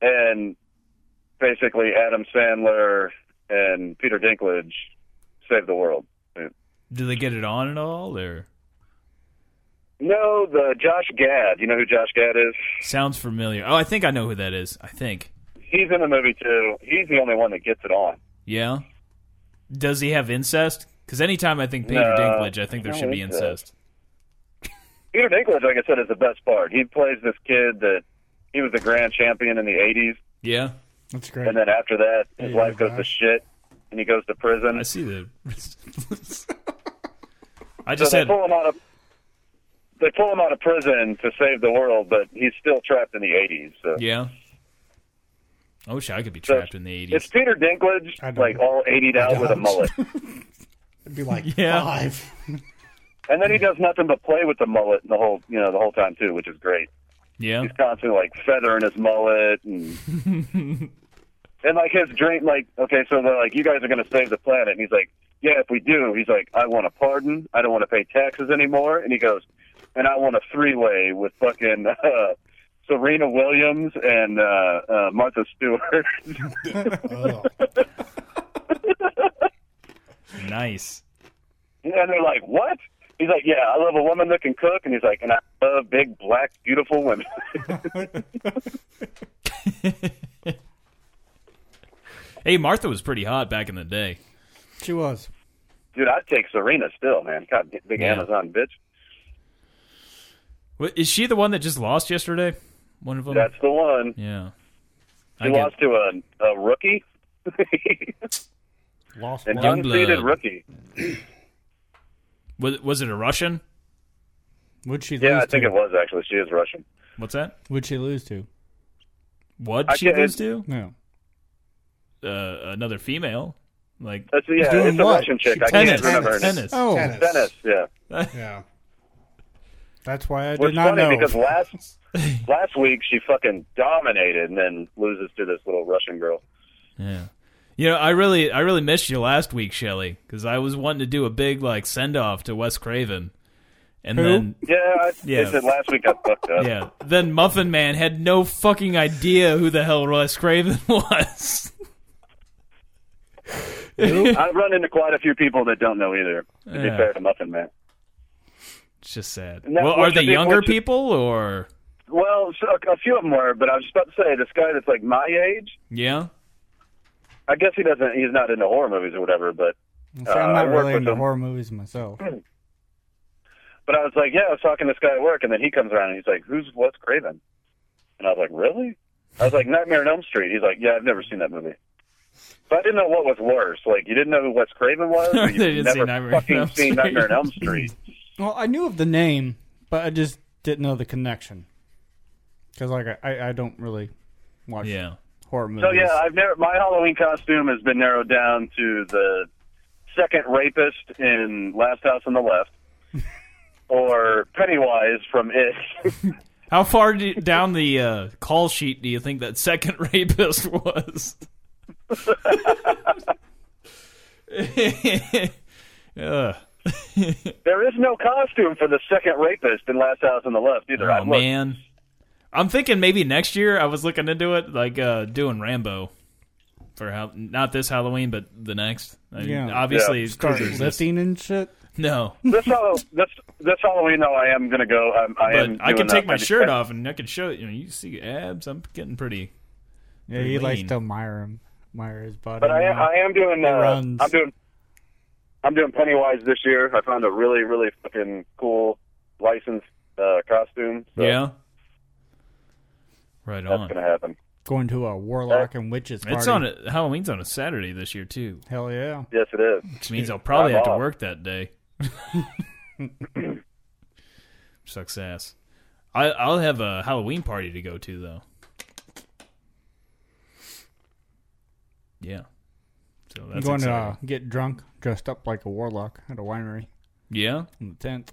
F: And basically, Adam Sandler and Peter Dinklage save the world.
D: Do they get it on at all or
F: No, the Josh Gad. You know who Josh Gad is?
D: sounds familiar? Oh, I think I know who that is. I think.
F: He's in the movie too. He's the only one that gets it on.
D: Yeah. Does he have incest? Because anytime I think Peter
F: No,
D: Dinklage, I think there
F: no
D: should be incest.
F: incest. Peter Dinklage, like I said, is the best part. He plays this kid that he was the grand champion in the '80s.
D: Yeah,
E: That's great.
F: And then after that, his
E: Yeah,
F: life goes to
E: gosh.
F: shit, and he goes to prison.
D: I see the. I
F: So
D: just
F: they
D: had
F: pull him out of they pull him out of prison to save the world, but he's still trapped in the '80s. So.
D: yeah. I wish I could be
F: So
D: trapped in the
F: It's
D: eighties.
F: Peter
C: I
F: Dinklage,
C: don't-
F: like all 80'd out with a mullet,
C: It'd be like
D: Yeah.
C: five.
F: and then he does nothing but play with the mullet the whole you know the whole time too, which is great.
D: Yeah,
F: He's constantly like feathering his mullet and. And like his dream, like okay, so they're like, you guys are gonna save the planet, and he's like, yeah, if we do, he's like, I want a pardon, I don't want to pay taxes anymore, and he goes, and I want a three way with fucking uh, Serena Williams and uh, uh, Martha Stewart.
C: Oh.
D: nice.
F: and they're like, what? He's like, yeah, I love a woman that can cook, and he's like, and I love big black beautiful women.
D: Hey, Martha was pretty hot back in the day.
E: She was.
F: Dude, I'd take Serena still, man. God, big
D: Yeah.
F: Amazon bitch.
D: Wha- Is she the one that just lost yesterday? One of them.
F: That's the one.
D: yeah.
F: She
D: get-
F: lost to a, a rookie,
E: Lost
F: an
D: Youngblood.
F: unseeded rookie.
D: Was was it a Russian?
E: Would she lose
F: Yeah, I
E: to?
F: think it was actually. She is Russian.
D: What's that?
E: Would she lose to?
D: What
F: I
D: she
F: can't-
D: lose to?
E: No.
D: Uh, another female, like
F: That's yeah,
E: doing
F: it's a
E: what?
F: Russian chick.
E: She-
F: I
D: tennis.
F: can't remember her name.
D: Tennis.
E: Oh,
C: Tennis.
F: Tennis, yeah.
C: Yeah.
E: that's why I did
F: Which is
E: not
F: funny
E: know.
F: because last last week she fucking dominated and then loses to this little Russian girl.
D: Yeah. You know, I really, I really missed you last week, Shelly, because I was wanting to do a big like send off to Wes Craven, and
E: Who?
D: then
F: Yeah, I,
D: Yeah.
F: they said last week I fucked up.
D: yeah, then Muffin Man had no fucking idea who the hell Wes Craven was.
F: I've run into quite a few people that don't know either. To be
D: Yeah.
F: fair to Muffin Man.
D: it's just sad.
F: No,
D: well,
F: what
D: are they
F: you think-
D: younger
F: what you-
D: people or
F: Well, so a, a few of them were, but I was just about to say this guy that's like my age.
D: yeah?
F: I guess he doesn't. He's not into horror movies or whatever. But
E: See, I'm
F: uh, I
E: not
F: work
E: really
F: with
E: into
F: them.
E: horror movies myself.
F: but I was like, yeah, I was talking to this guy at work, and then he comes around and he's like, who's Wes Craven? And I was like, really? I was like, Nightmare on Elm Street. He's like, yeah, I've never seen that movie. So I didn't know what was worse. Like, you didn't know who Wes Craven was, or
D: They
F: you
D: didn't see
F: never
D: Nightmare on
F: fucking
D: Elm
F: seen
D: Street.
F: Nightmare on Elm Street.
E: Well, I knew of the name, but I just didn't know the connection. Because like I- I, I don't really watch
D: Yeah.
E: horror movies.
F: So yeah, I've never. My Halloween costume has been narrowed down to the second rapist in Last House on the Left, or Pennywise from It.
D: How far do, down the uh, call sheet do you think that second rapist was? Ugh.
F: there is no costume for the second rapist in Last House on the Left either.
D: Oh
F: I've looked.
D: man, I'm thinking maybe next year. I was looking into it, like uh, doing Rambo for how not this Halloween, but the next. I mean,
E: Yeah.
D: obviously,
F: Yeah.
E: start
D: Krueger's this-
E: lifting and shit.
D: No,
F: This, Hall- this this Halloween though, I am gonna go. I'm, I
D: but
F: am.
D: I can
F: doing
D: take
F: that.
D: my shirt off and I can show you. Know, you see abs. I'm getting pretty.
E: Yeah, he
D: lean.
E: likes to admire him, admire his body.
F: But I am,
E: now.
F: I am doing.
E: It
F: Uh,
E: runs.
F: I'm doing. I'm doing Pennywise this year. I found a really really fucking cool licensed uh, costume. So
D: yeah. Right
F: that's
D: on.
F: gonna happen.
E: going to a warlock and witches party.
D: It's on a, Halloween's on a Saturday this year too,
E: Hell yeah!
F: Yes, it is.
D: which means I'll probably
F: I'm
D: have to
F: off.
D: work that day. Sucks ass. I, I'll have a Halloween party to go to though. Yeah. So
E: I'm
D: that's
E: going to uh,
D: exciting.
E: get drunk, dressed up like a warlock at a winery
D: yeah.
E: on the tenth.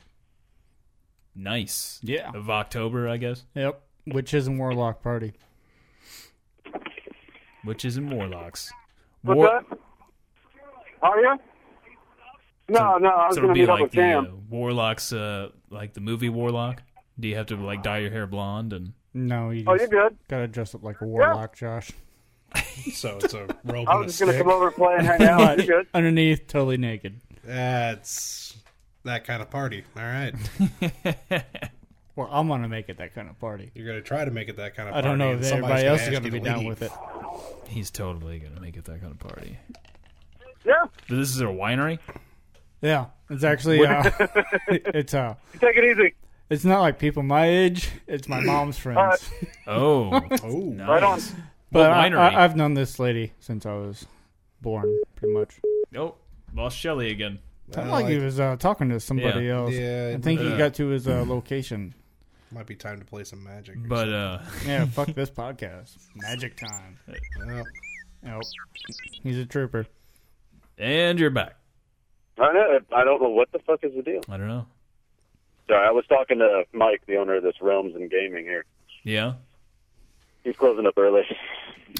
D: Nice.
E: Yeah.
D: Of October, I guess.
E: Yep, witches and warlock party.
D: Which is in Warlocks.
F: What's
D: War-
F: that? Are you? No, no, I was
D: so it'll
F: gonna
D: be
F: meet up
D: like
F: with
D: the uh,
F: Cam.
D: Warlocks, uh, like the movie Warlock. Do you have to like dye your hair blonde and?
E: No, you
F: Oh,
E: just
F: you're good.
E: gotta dress up like a warlock, Josh.
C: So it's a rope
F: I was
C: and a
F: just gonna
C: stick.
F: come over and play and hang out.
E: But
F: You're good.
E: underneath, totally naked.
C: That's that kind of party. All right.
E: Well, I'm gonna make it that kind of party.
C: You're going to try to make it that kind of
E: I
C: party.
E: don't know
C: and
E: if
C: somebody's
E: everybody else is
C: ask
E: gonna
C: you
E: be
C: to
E: down
C: leave.
E: with it.
D: He's totally gonna make it that kind of party.
F: Yeah,
D: This is a winery.
E: Yeah, it's actually uh, it's uh
F: take it easy.
E: it's not like people my age. It's my mom's friends.
F: right.
D: Oh,
C: Oh,
D: nice.
F: Right on.
E: But I,
D: winery?
E: I, I've known this lady since I was born, pretty much.
D: Oh, lost Shelly again.
E: I
C: Well,
E: like he
C: I-
E: was uh, talking to somebody
D: Yeah.
E: else.
C: Yeah,
E: I think he
D: uh,
E: got to his uh, location.
C: might be time to play some magic. or
D: But uh,
E: Yeah, fuck this podcast. Magic time.
C: something. Well,
E: Nope. He's a trooper.
D: and you're back.
F: I know. I don't know what the fuck is the deal.
D: I don't know.
F: Sorry, I was talking to Mike, the owner of this Realms and Gaming here.
D: Yeah.
F: He's closing up early.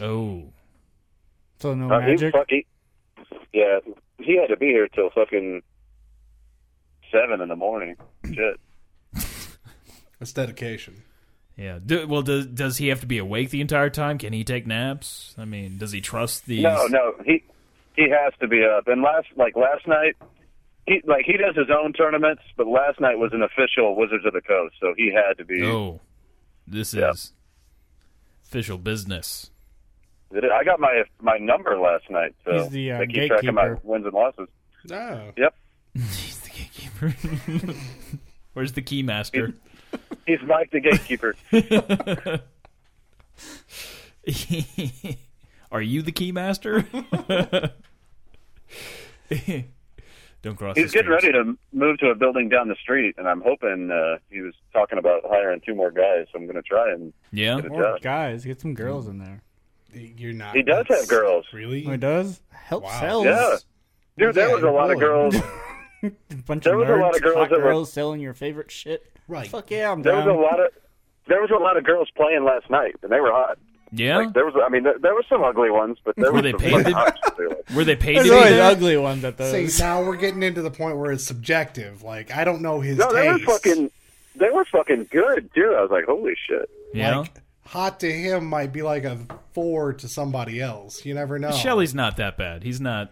D: Oh,
E: So no
F: Uh, he
E: Oh, magic.
F: fucking. Yeah, he had to be here till fucking seven in the morning. Shit.
C: that's dedication.
D: yeah. Do, well, does does he have to be awake the entire time? Can he take naps? I mean, does he trust these?
F: No, no, he he has to be up. And last, like last night, he like he does his own tournaments, but last night was an official Wizards of the Coast, so he
E: Oh.
F: had to be.
D: Oh, this
F: Yeah.
D: is official business.
F: Did it- I got my my number last night, so
E: He's the, uh,
F: they keep track of my
E: gatekeeper.
F: wins and losses.
C: Oh.
F: Yep,
D: He's the gatekeeper. Where's the keymaster?
F: he's Mike the gatekeeper.
D: Are you the keymaster? Don't cross.
F: he's
D: the
F: getting ready to move to a building down the street, and I'm hoping uh, he was talking about hiring two more guys. So I'm going to try and
D: Yeah.
F: Good
E: Or
F: job.
E: guys, get some girls in there.
C: You're not.
F: He does have girls.
C: Really?
E: Oh, he does? Help
C: Wow.
E: sells.
F: Yeah. Dude, there
E: Yeah,
F: was a lot of
E: boy.
F: girls.
E: Bunch
F: There
E: of
F: was a lot
E: nerds,
F: of girls
E: hot
F: that were-
E: girls selling your favorite shit.
C: Right.
E: Fuck yeah, I'm
F: There
E: down.
F: was a lot of there was a lot of girls playing last night, and they were hot.
D: Yeah.
F: There was, I mean, there, there were some ugly ones, but there
D: Were
F: were
D: they
F: some
D: painted?
F: fucking hot ones, too.
D: Were they paid to be
E: There's always
D: there?
E: ugly ones at those.
C: See, now we're getting into the point where it's subjective. Like, I don't know his
F: No, they were
C: taste.
F: fucking. They were fucking good too. I was like, holy shit.
D: Yeah.
C: Like, hot to him might be like a four to somebody else. You never know.
D: Shelly's not that bad. He's not.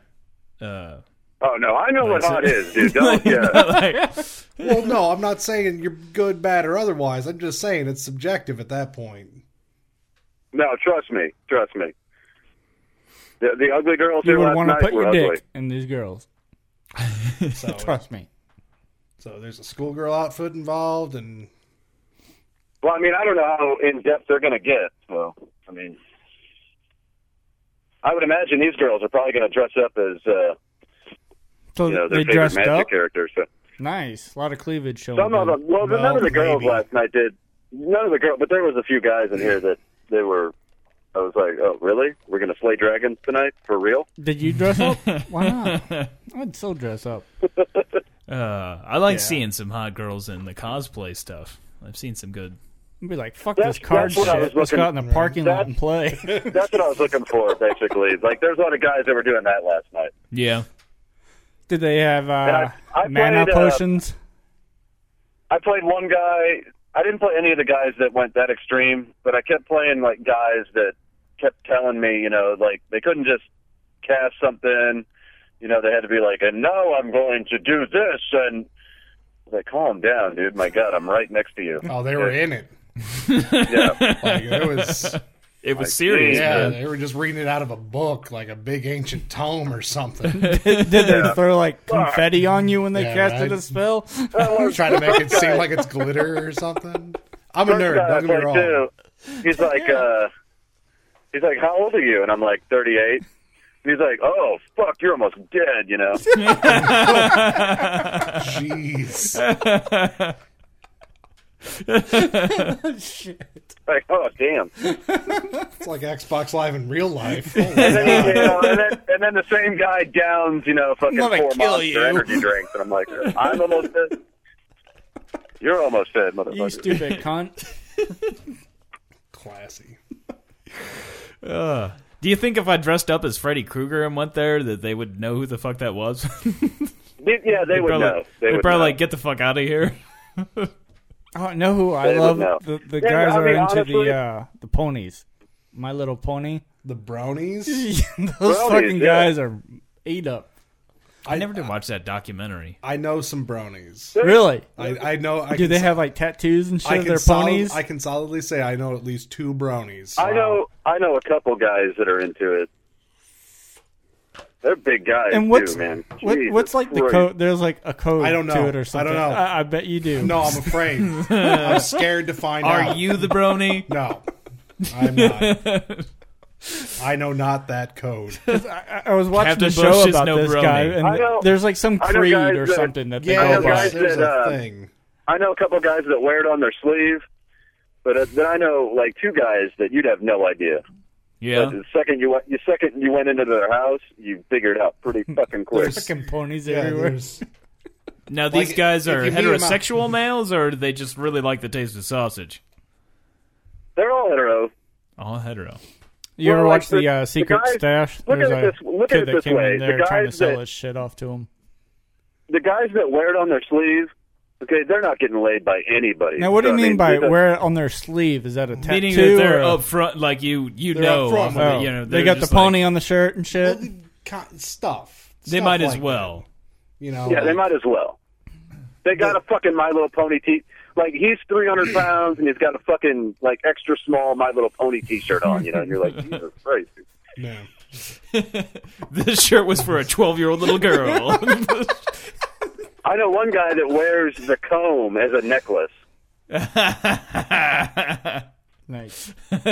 D: Uh,
F: Oh no, I know what
D: Like,
F: hot is, dude. Don't yeah.
D: like,
C: Well, no, I'm not saying you're good, bad, or otherwise. I'm just saying it's subjective at that point.
F: No, trust me, trust me. The, the ugly girls
E: you
F: here
E: would
F: last
E: want to
F: night
E: put
F: were
E: your
F: ugly.
E: dick in these girls.
C: So,
E: Trust me.
C: so there's a schoolgirl outfit involved, and
F: Well, I mean, I don't know how in depth they're going to get. So, I mean, I would imagine these girls are probably going to dress up as uh,
E: So
F: you know their
E: they
F: favorite
E: dressed
F: magic
E: up. Oh,
F: characters. So.
E: Nice. A lot of cleavage showing.
F: Some of
E: dude.
F: them. Well,
C: Well,
F: none of the girls
C: maybe.
F: last night did. None of the girls, but there was a few guys in here that they were. I was like, oh, really? We're going to slay dragons tonight for real?
E: Did you dress up? Why not? I'd still dress up.
D: uh, I like seeing some hot girls in the cosplay stuff. I've seen some good.
E: I'd be like, fuck
F: That's-
E: this card
F: that's what I was
E: shit. Let's go out in
F: looking-
E: the parking lot
F: That's-
E: and play.
F: That's what I was looking for, basically. like, there's a lot of guys that were doing that last night.
D: Yeah.
E: Did they have uh,
F: I- I
E: mana
F: played, uh,
E: potions?
F: I played one guy. I didn't play any of the guys that went that extreme, but I kept playing like guys that kept telling me, you know, like they couldn't just cast something. You know, they had to be like, and now I'm going to do this. And I was like, calm down, dude. My God, I'm right next to you.
C: oh, they were in it.
F: Yeah.
C: Like, it was,
D: It was serious.
C: yeah,
D: man.
C: they were just reading it out of a book, like a big ancient tome or something.
E: Did they throw like confetti on you when they
C: Yeah,
E: casted
C: right.
E: a spell?
C: trying to make it seem like it's glitter or something. I'm a
F: First
C: nerd.
F: guy I
C: Don't get me
F: played,
C: wrong.
F: too, He's like, uh, he's like, how old are you? And I'm like, 38. And he's like, oh fuck, you're almost dead. You know.
C: Jeez,
F: like, oh damn.
C: it's like Xbox Live in real life.
F: And then, you know, and, then, and then the same guy downs, you know, fucking
E: I'm gonna
F: four
E: kill
F: monster
E: you.
F: energy drinks, and I'm like, I'm almost dead. You're almost dead,
E: You
F: motherfucker.
E: stupid cunt.
C: Classy.
D: Ugh. do you think if I dressed up as Freddy Krueger and went there, that they would know who the fuck that was?
F: They- yeah, they would
D: probably,
F: know. They
D: they'd
F: would
D: probably
F: know.
D: like get the fuck out of here.
E: Oh, know who I
F: They
E: love?
F: would know.
E: The, the
F: Yeah,
E: guys that
F: I mean,
E: are into
F: honestly-
E: the uh, the ponies. My Little Pony.
C: The brownies.
E: Those
F: Brownies,
E: fucking
F: yeah.
E: guys are ate up.
D: I, never did watch that documentary.
C: I know some brownies.
E: Really?
C: I, I know. I
E: Do
C: can,
E: they have like tattoos and shit
C: I
E: of
C: can
E: their
C: solid-
E: ponies?
C: I can solidly say I know at least two brownies.
F: I know. I know a couple guys that are into it. They're big guys
E: and what's
F: too, man.
E: what,
F: Jesus
E: what's like the
F: Christ.
E: code? There's like a code
C: I don't know.
E: to it
C: I
E: or something.
C: don't know.
E: I, I bet you do.
C: No, I'm afraid. I'm scared to find out.
D: Are you the brony?
C: No, I'm not. I know not that code.
E: I, I was watching
D: Captain
E: the
D: Bush
E: show
D: is
E: about
D: no
E: this
D: brony.
E: guy, and
F: I know-
E: there's like some
F: I know
E: creed
F: guys
E: or
F: that-
E: something that they
C: Yeah,
E: go
F: know guys
E: by.
C: there's
F: that,
C: a
F: uh,
C: thing.
F: I know a couple guys that wear it on their sleeve, but uh, then I know like two guys that you'd have no idea. But
D: Yeah.
F: the second you went, the second you went into their house, you figured it out pretty fucking quick.
E: Fucking ponies
C: Yeah,
E: everywhere.
C: there's-
D: Now these
C: Like,
D: guys
C: if
D: are
C: you meet 'em out-
D: heterosexual males, or do they just really like the taste of sausage?
F: They're all hetero.
D: All hetero.
E: You ever
F: Well, like
E: watch the,
F: the-
E: uh,
F: the
E: Secret
F: guys-
E: Stash?
F: look
E: There's
F: at
E: a
F: it this- look
E: kid
F: at it
E: that
F: this
E: came
F: way.
E: in
F: The
E: there trying to
F: guys
E: sell
F: that-
E: his shit off to him.
F: The guys that wear it on their sleeve, okay, they're not getting laid by anybody.
E: Now, what do
F: So,
E: you
F: I
E: mean by
F: it doesn't-
E: wear it on their sleeve? Is that a tattoo?
D: Meaning that they're
E: or,
D: up front, like you, you
C: They're
D: know,
C: up front.
D: off of it,
E: Oh,
D: you know,
E: they
D: they're
E: got the
D: just like-
E: pony on the shirt and shit.
C: Con- stuff.
D: They
C: Stuff
D: might as
C: like
D: well.
C: that, you know.
F: Yeah, they
C: like-
F: might as well. They got a fucking My Little Pony t. like he's 300 pounds and he's got a fucking like extra small My Little Pony T-shirt on, you know, and you're like, Jesus Christ.
C: No.
D: this shirt was for a 12 year old little girl.
F: I know one guy that wears the comb as a necklace,
E: Nice.
F: and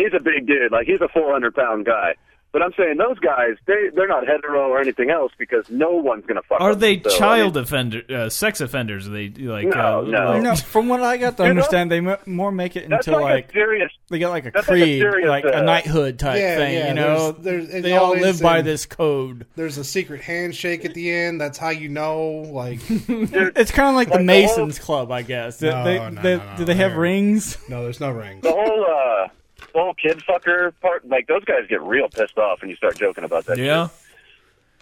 F: he's a big dude. Like he's a 400 pound guy. But I'm saying those guys, they they're not hetero or anything else because no one's gonna fuck.
D: Are
F: with
D: they
F: them. So, I
D: child
F: mean,
D: offender, uh, sex offenders? Are they like
F: No,
D: uh,
F: no.
D: like-
E: No, from what I got to understand, they mo- more make it
F: Oh. that's
E: into
F: like,
E: like
F: a serious.
E: they got like a
F: That's like a
E: creed,
F: serious,
E: like a,
F: uh,
E: knighthood type
C: Yeah,
E: thing.
C: yeah,
E: you know,
C: there's- there's-
E: they
C: it's
E: all
C: always
E: live by
C: in-
E: this code.
C: There's a secret handshake at the end. That's how you know. Like,
E: It's kind of like, the
F: the
E: Masons Club, I guess. They-
C: No,
E: they-
C: no,
E: they-
C: no, no,
E: do they have
C: they're-
E: rings?
C: no, there's no rings.
F: The whole uh, the whole kid fucker part, like those guys get real pissed off when you start joking about that.
D: Yeah.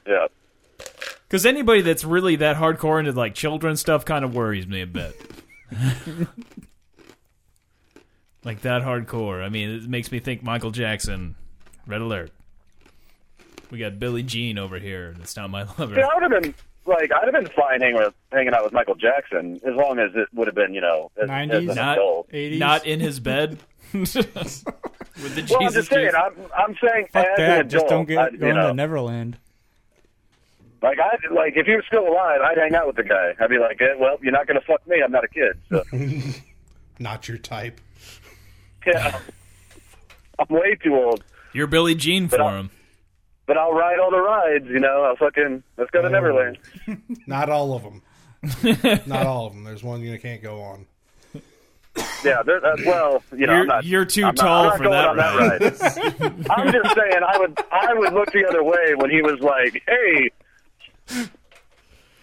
F: shit. yeah.
D: Because anybody that's really that hardcore into like children stuff kind of worries me a bit. like that hardcore. I mean, it makes me think Michael Jackson. Red alert. We got Billie Jean over here. That's not my lover.
F: See, I would have been like I'd have been fine hanging with hanging out with Michael Jackson as long as it would have been you know as, as
E: 90s?
F: an
D: Not,
F: adult.
E: Eighties?
D: not in his bed. With the Jesus
F: Well, I'm just saying.
D: juice.
F: I'm I'm saying
E: Fuck
F: as an
E: that.
F: adult,
E: Just don't
F: I,
E: get
F: you
E: going
F: know,
E: to Neverland.
F: like I like if he was still alive, I'd hang out with the guy. I'd be like, eh, well, you're not gonna fuck me. I'm not a kid. So,
C: Not your type.
F: yeah, I'm way too old.
D: You're Billie Jean for
F: I-
D: him.
F: But I'll ride all the rides. You know, I'll fucking let's
E: Oh.
F: go to Neverland.
C: Not all of them. Not all of them. There's one you can't go on.
F: Yeah, there, uh, well, you know,
D: You're-
F: I'm not,
D: you're too
F: I'm not-
D: tall
F: I'm
D: for
F: not
D: that
F: going on that ride. I'm just saying, I would, I would look the other way when he was like, "Hey,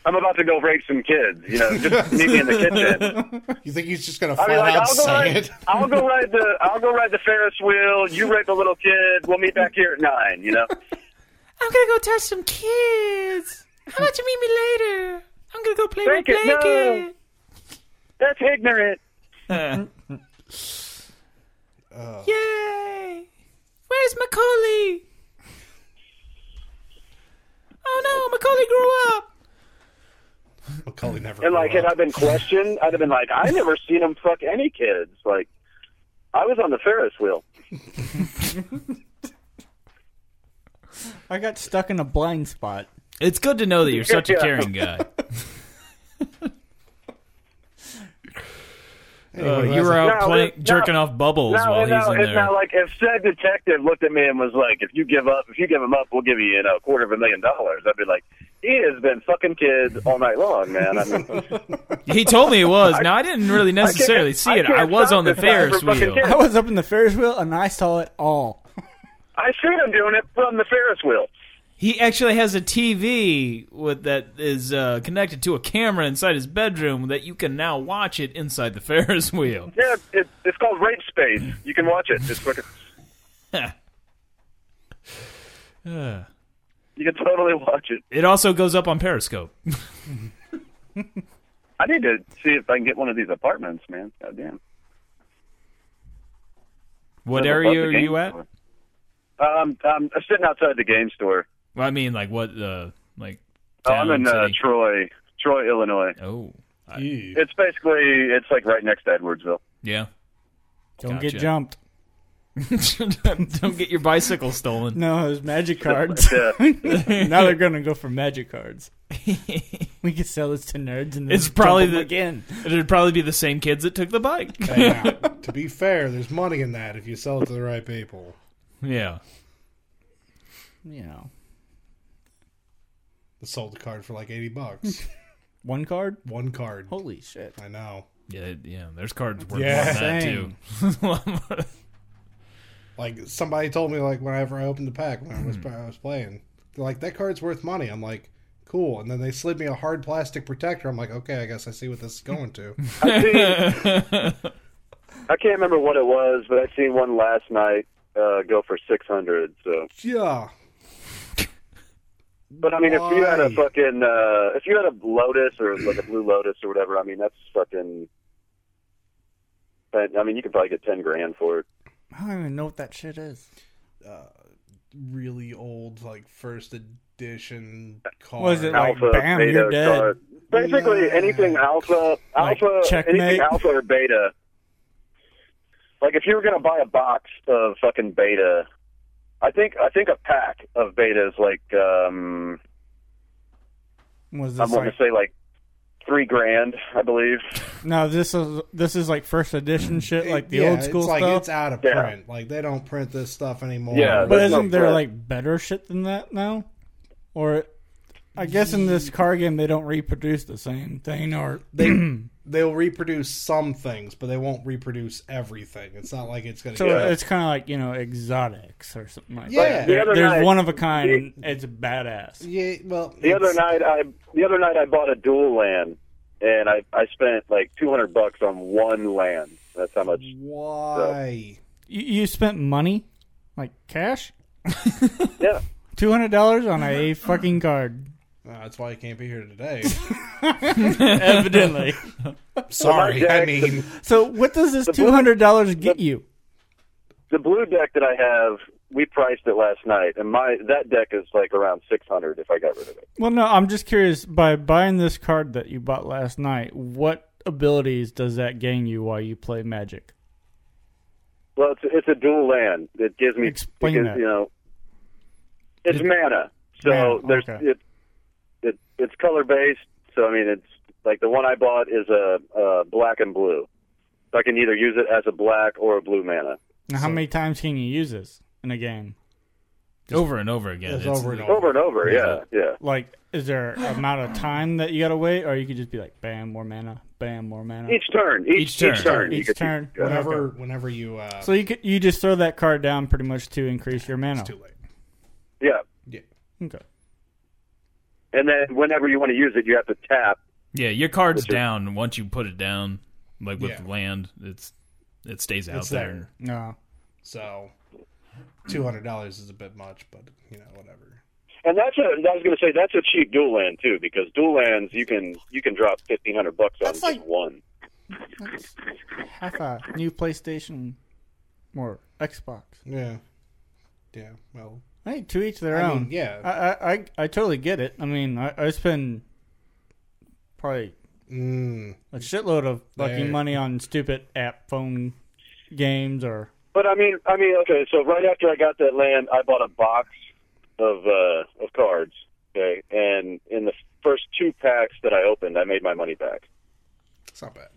F: I'm about to go rape some kids," you know, just meet me in the kitchen.
C: You think he's just gonna
F: I
C: flat
F: mean, like,
C: out
F: I'll go,
C: say
F: ride,
C: it?
F: I'll go ride the, I'll go ride the Ferris wheel. You rape a little kid. We'll meet back here at nine. You know,
D: I'm gonna go touch some kids. How about you meet me later? I'm gonna go play
F: with Blanket, no. blanket. that's ignorant.
D: Yay! Where's Macaulay? Oh no, Macaulay grew up.
C: Macaulay never.
F: And like,
C: grew
F: had
C: up.
F: I been questioned, I'd have been like, "I never seen him fuck any kids." Like, I was on the Ferris wheel.
E: I got stuck in a blind spot.
D: It's good to know that you're such a
F: Yeah.
D: caring guy. Uh,
C: Anyway,
D: you were out
F: No,
D: playing,
F: it's not-
D: jerking off bubbles
F: No,
D: while
F: no,
D: he's in
F: it's
D: there.
F: not like if said detective looked at me and was like, "If you give up, if you give him up, we'll give you, you know, a quarter of a million dollars." I'd be like, "He has been fucking kids all night long, man." I mean,
D: he told me it was. now I didn't really necessarily see
F: I
D: it.
F: can't
D: I was
F: stop
D: on the
F: this guy
D: Ferris
F: from fucking
D: wheel.
F: kids.
E: I was up in the Ferris wheel and I saw it all.
F: I seen him doing it from the Ferris wheel.
D: He actually has a TV with that is uh, connected to a camera inside his bedroom that you can now watch it inside the Ferris wheel.
F: Yeah, it, it's called Rape Space. You can watch it. It's fucking,
D: Uh,
F: you can totally watch it.
D: it also goes up on Periscope.
F: I need to see if I can get one of these apartments, man. Goddamn.
D: What area are you at?
F: Um, I'm sitting outside the game store.
D: Well, I mean, like what? Uh, like
F: Oh, I'm
D: town,
F: in uh,
D: city?
F: Troy, Troy, Illinois.
D: oh,
C: Ew.
F: It's basically it's like right next to Edwardsville.
D: yeah.
E: Don't
D: Gotcha.
E: get jumped.
D: Don't get your bicycle stolen.
E: No, it was magic cards.
F: Yeah.
E: now they're gonna go for magic cards. We could sell this to nerds and then
D: It's
E: jump
D: probably
E: them
D: the-
E: again.
D: It'd probably be the same kids that took the bike.
C: to be fair, there's money in that if you sell it to the right people.
D: yeah.
E: You know,
C: That sold the card for like eighty bucks.
E: one card.
C: One card.
E: Holy shit!
C: I know.
D: Yeah, yeah. There's cards worth
C: Yeah.
D: more than that too.
C: Like somebody told me like whenever I opened the pack when I was I was playing, they're like that card's worth money. I'm like, cool. And then they slid me a hard plastic protector. I'm like, okay, I guess I see what this is going to.
F: I seen, I can't remember what it was, but I seen one last night uh, go for six hundred. So,
C: yeah.
F: but I mean, if you had a
C: Why?
F: fucking, uh, if you had a Lotus or like a Blue Lotus or whatever, I mean, that's fucking. I I mean, you could probably get ten grand for it.
E: I don't even know what that shit is.
C: Really old, like first edition card.
E: Was it like
F: Alpha,
E: bam,
F: beta,
E: you're dead?
F: star. basically anything alpha,
E: Like
F: alpha,
E: checkmate?
F: anything alpha or beta. Like if you were gonna buy a box of fucking beta, I think I think a pack of beta is like um,
E: Was
F: I'm
E: this
F: going
E: like,
F: to say like three grand, I believe.
E: no? This is this is like first edition shit, like the
C: Yeah,
E: old school
C: it's like
E: stuff.
C: it's out of
F: Yeah.
C: print. Like they don't print this stuff anymore.
F: Yeah,
E: but
F: there's no
E: isn't there
F: threat.
E: like better shit than that now? Or I guess in this car game they don't reproduce the same thing, or
C: they they'll reproduce some things, but they won't reproduce everything. It's not like it's gonna.
E: so uh,
F: Yeah.
E: it's kind of like you know exotics or something like
C: Yeah.
E: that.
C: The
F: other
E: There's
F: night-
E: one of a kind. and It's badass.
C: yeah, well,
F: The other
C: it's-
F: night I the other night I bought a dual land, and I I spent like 200 bucks on one land. That's how much.
C: Why?
E: You, you spent money, like cash,
F: Yeah.
E: two hundred dollars on a fucking card.
C: Uh, that's why you can't be here today.
E: Evidently.
C: Sorry, I
F: Jackson.
C: mean,
E: So what does this
F: blue-
E: two hundred dollars get you?
F: the blue deck that I have, we priced it last night, and my that deck is like around six hundred if I got rid of it.
E: Well, no, I'm just curious. By buying this card that you bought last night, what abilities does that gain you while you play Magic?
F: Well, it's it's a dual land. It gives me
E: Explain
F: because,
E: that.
F: You know, it's
E: Did-
F: mana, so
E: Mana,
F: there's
E: okay.
F: it, it it's color based. So I mean, it's like the one I bought is a, a black and blue. So I can either use it as a black or a blue mana.
E: Now, how many times can you use this in a game?
D: over and over again.
C: it's
D: It's-
C: over and over.
F: Over and over, yeah, yeah.
E: Like, is there an amount of time that you gotta wait, or you could just be like, bam, more mana, bam, more mana
F: Each turn, each,
D: Each turn.
F: you
E: Each
F: could-
E: turn,
F: yeah.
E: whatever.
C: Whenever, whenever you, uh,
E: So you could you just throw that card down pretty much to increase your mana.
C: it's too late.
F: yeah.
C: Yeah.
E: Okay.
F: And then whenever you want to use it, you have to tap.
D: Yeah, your card's
F: Which is-
D: down. Once you put it down, like with
C: Yeah.
D: land, it's it stays out
C: It's
D: there.
C: there.
E: No.
C: So, two hundred dollars is a bit much, but you know, whatever.
F: And that's a, I was going to say that's a cheap dual land too, because dual lands you can you can drop fifteen hundred bucks on
E: That's
F: just
E: like-
F: one.
E: That's half a new PlayStation or Xbox.
C: Yeah, yeah. Well,
E: Hey, to each their
C: I
E: own.
C: mean, yeah.
E: I, I, I, I totally get it. I mean, I, I spend probably
C: mm,
E: a shitload of fucking
C: Yeah.
E: money on stupid app phone games or
F: But I mean, I mean, okay. So right after I got that land, I bought a box of uh, of cards. Okay, and in the first two packs that I opened, I made my money back.
C: it's not bad.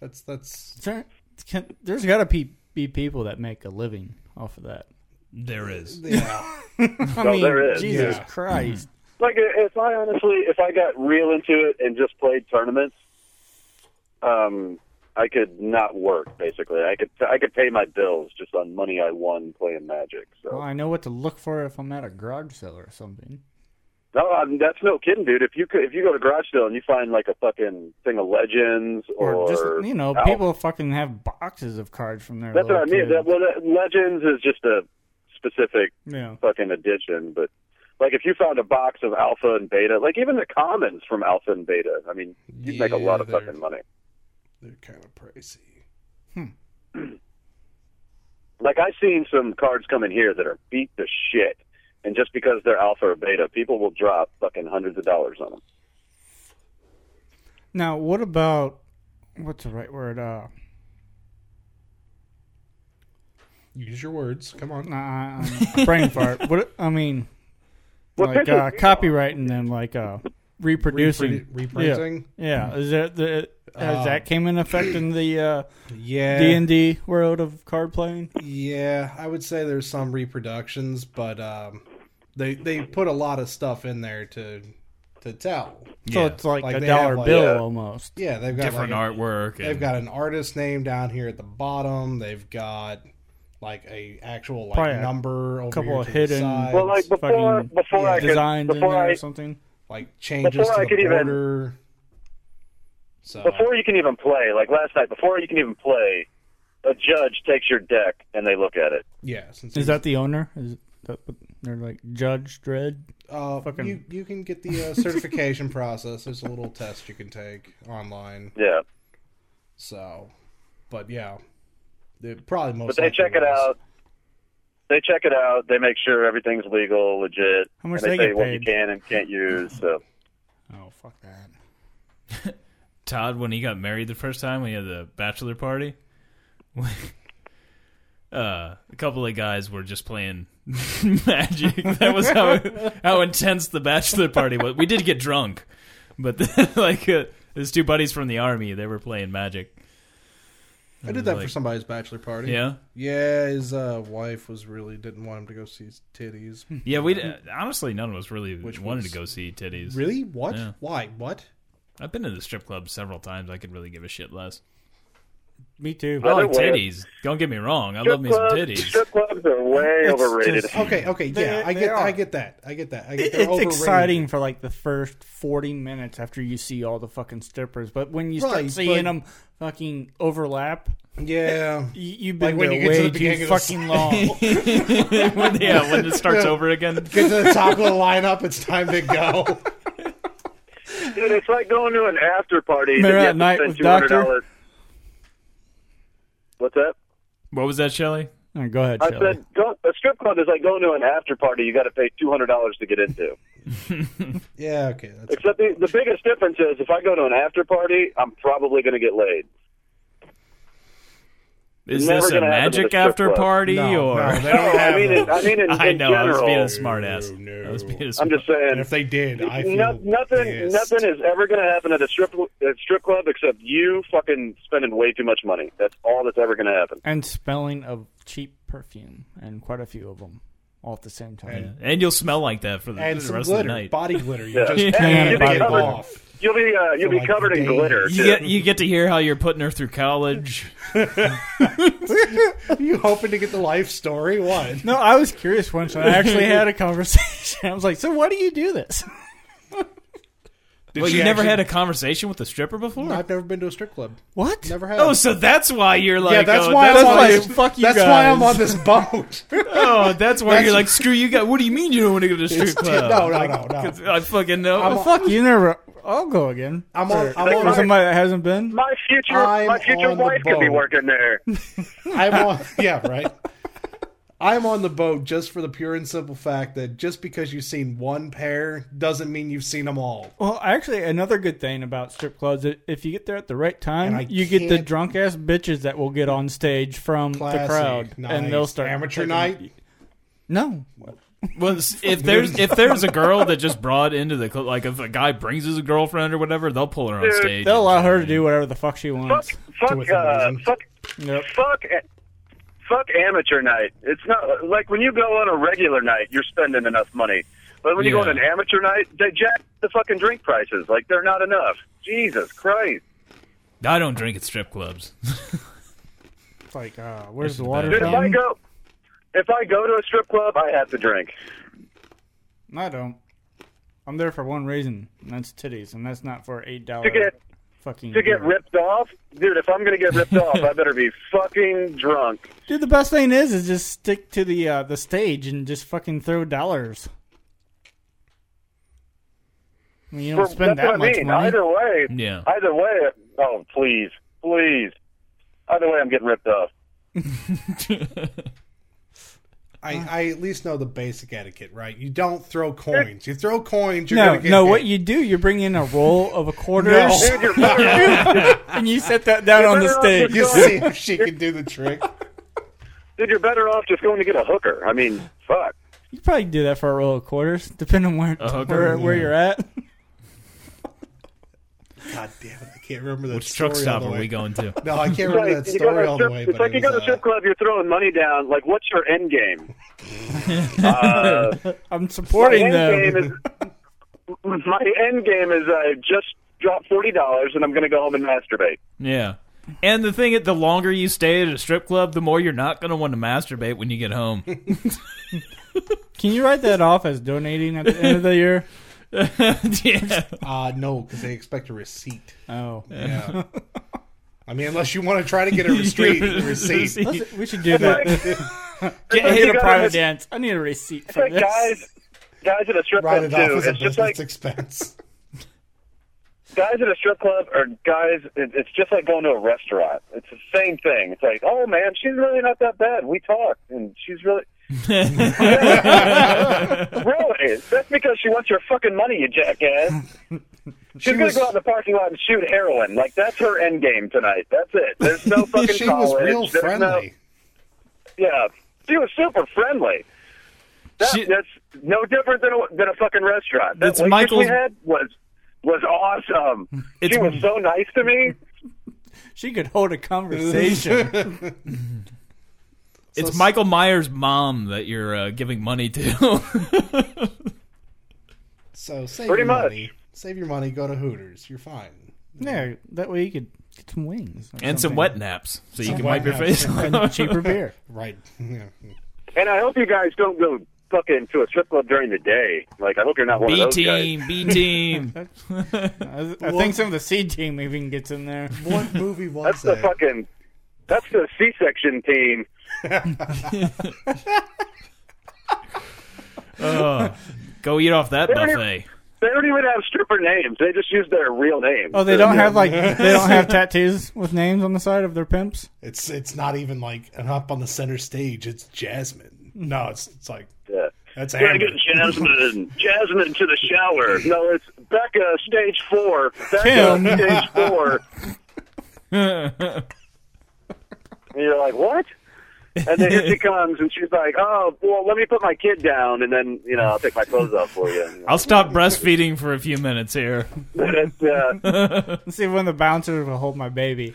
C: That's that's
E: Is there, can, there's got to be, be people that make a living off of that.
D: There is.
C: yeah.
E: I
F: Well,
E: mean,
F: there is,
E: Jesus
C: yeah.
E: Christ.
F: Like if I honestly, if I got real into it and just played tournaments, um, I could not work basically. I could I could pay my bills just on money I won playing Magic. So
E: Well, I know what to look for if I'm at a garage sale or something.
F: no, I mean, that's no kidding, dude. If you could, if you go to garage sale and you find like a fucking thing of legends or,
E: Or, just, you know,
F: Ow.
E: people fucking have boxes of cards from their
F: That's what I
E: little
F: mean. That,
E: kids.
F: well, that, legends is just a specific
E: yeah.
F: fucking addition, but. Like if you found a box of alpha and beta, like even the commons from alpha and beta, I mean, you'd make a
C: Yeah,
F: lot of
C: they're-
F: fucking money.
C: They're kind of pricey.
F: like I've seen some cards come in here that are beat to shit, and just because they're alpha or beta, people will drop fucking hundreds of dollars on them.
E: Now, what about what's the right word? Uh,
C: Use your words. Come on.
E: nah, um, brain fart. What I mean,
F: Well,
E: like
F: this
E: uh,
F: is-
E: copyright and then like uh, reproducing,
C: Reprodu- reprinting?
E: Yeah, yeah. is that the has
C: Uh,
E: that came in effect in the uh,
C: Yeah.
E: D and D world of card playing?
C: Yeah, I would say there's some reproductions, but um, they they put a lot of stuff in there to to tell.
E: So
D: Yeah.
E: it's like,
C: Like
E: a
C: they
E: dollar
C: have, like,
E: bill
F: Yeah.
E: almost.
C: Yeah, they've got
D: Different
C: like,
D: artwork.
C: They've
D: and-
C: got an artist name down here at the bottom. They've got like a actual like
E: Probably a
C: number over
E: couple
C: here
E: of
C: to
E: hidden-
C: the side.
F: Well, like
E: It's
F: before,
E: fucking
F: before I could,
E: Designs in
F: before
E: there
F: I,
E: or something.
C: like changes
F: Before I
C: to
F: could
C: the
F: even-
C: border. So uh,
F: before you can even play, like last night, before you can even play, a judge takes your deck and they look at it.
C: yeah, since
E: Is that the owner? Is that what they're like Judge Dredd?
C: uh,
E: fucking-
C: you you can get the uh, certification process. There's a little test you can take online.
F: Yeah,
C: So, but yeah, They- probably most.
F: but they
C: likely
F: check it
C: was.
F: out. they check it out. They make sure everything's legal, legit.
E: How much
F: and
E: they
F: they say
E: get
F: what you
E: paid?
F: can and can't use. So
E: Oh fuck that.
D: Todd when he got married the first time when he had the bachelor party. uh, a couple of guys were just playing magic. That was how how intense the bachelor party was. We did get drunk, but like uh, his two buddies from the army, they were playing magic.
C: I did that
D: Like-
C: for somebody's bachelor party.
D: Yeah,
C: Yeah, his uh, wife was really didn't want him to go see his titties.
E: Hmm.
D: yeah. We d- honestly none of us really
C: Which
D: wanted
C: was-
D: to go see titties.
C: really? What?
D: Yeah.
C: Why? What?
D: I've been to the strip club several times. I could really give a shit less.
E: Me too.
D: I like
F: Either way-
D: titties. Don't get me wrong. I
F: strip
D: love me some
F: clubs-
D: titties.
F: Strip clubs are way
E: It's
F: overrated.
E: just-
C: Okay, okay,
E: They-
C: yeah, I
E: they
C: get,
E: are.
C: I get that, I get that, I get
E: It-
C: that.
E: it's exciting for like the first 40 minutes after you see all the fucking strippers but when you start
C: Right,
E: seeing
C: but-
E: them fucking overlap
C: Yeah,
E: y- you've
C: Like
E: been
C: when
E: there
C: you get to
E: way
C: the beginning
E: too
C: of the
E: fucking long
D: When- yeah, when it starts over again.
C: get to the top of the lineup. It's time to go.
F: Dude, it's like going to an after party.
E: Remember that
F: that you have to
E: night
F: spend
E: with Doctor?
F: $200. What's that?
D: What was that, Shelley?
E: Alright, go ahead
F: I
E: Shelley.
F: said go, a strip club is like going to an after party. You got to pay two hundred dollars to get into.
C: Yeah, okay, that's
F: Except the, the biggest difference is if I go to an after party, I'm probably going to get laid.
D: Is
F: Never
D: this a
F: gonna happen at a
D: magic
F: strip
D: after
F: club.
D: party
C: No,
D: or?
C: no, they don't
F: I
C: have
F: mean,
C: those.
F: in, I mean, in,
D: I
F: in
D: know. I was
F: general,
D: being a smart ass.
C: No,
D: I was being a
F: I'm
D: smart-
F: just saying.
C: And if they did, I feel
F: No, nothing,
C: pissed.
F: nothing is ever going to happen at a strip at a strip club except you fucking spending way too much money. That's all that's ever going to happen.
E: and smelling of cheap perfume and quite a few of them all at the same time
C: And-
D: and you'll smell like that for the,
C: and
D: the
C: some
D: rest of the
C: glitter,
D: night.
C: body glitter. You
F: Yeah.
E: Can't
C: just can't
E: buy
C: get
E: the glitter.
C: off.
F: You'll be uh, you'll be
C: like,
F: covered in
C: days.
F: glitter.
D: You
F: too.
D: get you get to hear how you're putting her through college.
C: You hoping to get the life story? What?
E: no i was curious once and i actually had a conversation i was like so why do you do this
C: Did
D: Well,
C: she
D: you never
C: actually-
D: had a conversation with a stripper before.
C: I've never been to a strip club.
E: what
C: Never have.
D: oh, so that's why you're like.
C: yeah, that's
D: oh,
C: why
D: That's
C: I'm on
D: why,
C: this.
E: fuck you
C: that's why I'm
E: guys.
C: on this boat.
D: oh, that's why you're like. Screw you guys. What do you mean you don't want to go to the strip club?
C: no, no, no, no.
D: 'Cause I fucking know.
E: oh, fuck you never i'll go again
C: I'm on. I'm
E: for
C: on.
E: somebody that hasn't been
F: my future
C: I'm
F: my future
C: on the
F: wife could be
C: boat.
F: working there.
C: I'm on. Yeah, right. I'm on the boat just for the pure and simple fact that just because you've seen one pair doesn't mean you've seen them all.
E: Well, actually, another good thing about strip clubs, i- if you get there at the right
C: And I
E: time, you get the
C: can't-
E: drunk ass bitches that will get on stage from the
C: Classy,
E: crowd,
C: nice.
E: and they'll start
C: amateur
E: taking-
C: night.
E: No,
D: Well, s- if there's if there's a girl that just brought into the club, like if a guy brings his girlfriend or whatever, they'll pull her on
F: Dude,
D: stage.
E: they'll allow her to do whatever the fuck she
F: Fuck
E: wants.
F: fuck
C: within
F: uh,
C: reason.
F: fuck
E: Yep.
F: fuck fuck amateur night. It's not like when you go on a regular night, you're spending enough money. But when you go
D: Yeah.
F: on an amateur night, they jack the fucking drink prices. Like they're not enough. Jesus Christ.
D: I don't drink at strip clubs.
E: It's like, uh, where's the
D: the
E: water
D: best.
F: Dude, if I
E: fountain?
F: go if I go to a strip club, I have to drink.
E: I don't. I'm there for one reason, and that's titties, and that's not for eight
F: To
E: dollars.
F: get
E: Fucking
F: to get
E: beer.
F: ripped off, dude. If I'm gonna get ripped off, I better be fucking drunk.
E: Dude, the best thing is, is just stick to the uh, the stage and just fucking throw dollars. I mean, you don't
F: For-
E: spend
F: that's
E: that
F: what I
E: much
F: mean.
E: money.
F: Either way,
D: Yeah.
F: Either way, oh please, please. Either way, I'm getting ripped off.
C: I,
F: Uh.
C: I at least know the basic etiquette, right? You don't throw coins. You throw coins, you're
E: No,
C: gonna get
E: no.
C: hit.
E: What you do? You bring in a roll of a quarter,
F: Dude, you're better off
E: and you set that down on the
F: better off
E: stage.
C: you see if she can do the trick.
F: Dude, you're better off just going to get a hooker. I mean, fuck.
E: You probably do that for a roll of quarters, depending on where
D: A hooker?
E: where, where you're at.
C: God damn it! I can't remember the
D: Which truck
C: story
D: stop
C: all
D: are
C: the way.
D: we going to?
C: No, I can't
F: It's
C: remember that
F: you go to a
C: story all the
F: strip-
C: way.
F: it's
C: But
F: like
C: it
F: you go to
C: was,
F: a
C: uh,
F: strip club, you're throwing money down. Like, what's your end game? uh,
E: I'm
F: my
E: supporting
F: end game
E: them.
F: is my end game is I just dropped forty dollars and I'm going to go home and masturbate.
D: Yeah. And the thing, the longer you stay at a strip club, the more you're not going to want to masturbate when you get home.
E: Can you write that off as donating at the end of the year?
D: yeah.
C: Uh, no, because they expect a receipt.
E: Oh,
C: Yeah. I mean, unless you want to try to get a receipt, receipt.
E: Let's- we should do that.
F: It's
E: Get
F: like
E: hit
F: you
E: a
F: gotta
E: private
F: miss-
E: dance. I need a receipt for
F: like
E: this.
F: guys, guys at a strip
C: Write
F: club
C: it off
F: too.
C: as a
F: It's
C: business
F: just like
C: expense.
F: guys at a strip club are guys. it- It's just like going to a restaurant. It's the same thing. It's like, oh man, she's really not that bad. We talked, and she's really. really? That's because she wants your fucking money, you jackass. She's gonna go out in the parking lot and shoot heroin. Like that's her end game tonight. That's it. There's no fucking
C: she was
F: college.
C: real
F: There's no-
C: friendly.
F: yeah, she was super friendly. That,
D: She-
F: that's no different than a, than a fucking restaurant. That
D: That's
F: waitress
D: Michael's-
F: we had was was awesome.
D: It's-
F: she was so nice to me.
E: She could hold a conversation.
D: it's Michael Myers' mom that you're uh, giving money to.
C: So save
F: Pretty
C: your
F: much.
C: money. Save your money. Go to Hooters. You're fine.
E: yeah, that way you could get some wings or
D: and some
E: something.
D: wet naps so you can
C: wet
D: wipe your
C: naps.
D: face.
E: and cheaper beer.
C: Right. Yeah.
F: And I hope you guys don't go fucking to a strip club during the day. Like I hope you're not one of
D: B
F: those guys.
D: team, B team.
E: I, I think some of the seed team even gets in there.
C: One movie was
F: That's the
C: that.
F: fucking. That's the C-section team.
D: Ugh. go eat off that buffet.
F: They don't even have stripper names. They just use their real names.
E: Oh, they
F: They're-
E: don't have like they don't have tattoos with names on the side of their pimps.
C: It's it's not even like an up on the center stage. It's Jasmine. No, it's it's like
F: Yeah.
C: that's
F: Gotta
C: Amber.
F: get Jasmine. Jasmine to the shower. No, it's Becca, stage four. Becca,
E: Tim.
F: stage four. and you're like, what? And then here she comes, and she's like, oh, well, let me put my kid down, and then, you know, I'll take my clothes off for you. And you're
D: I'll stop breastfeeding for a few minutes here.
F: like, "That's, uh,
E: Let's see if one of the bouncers will hold my baby.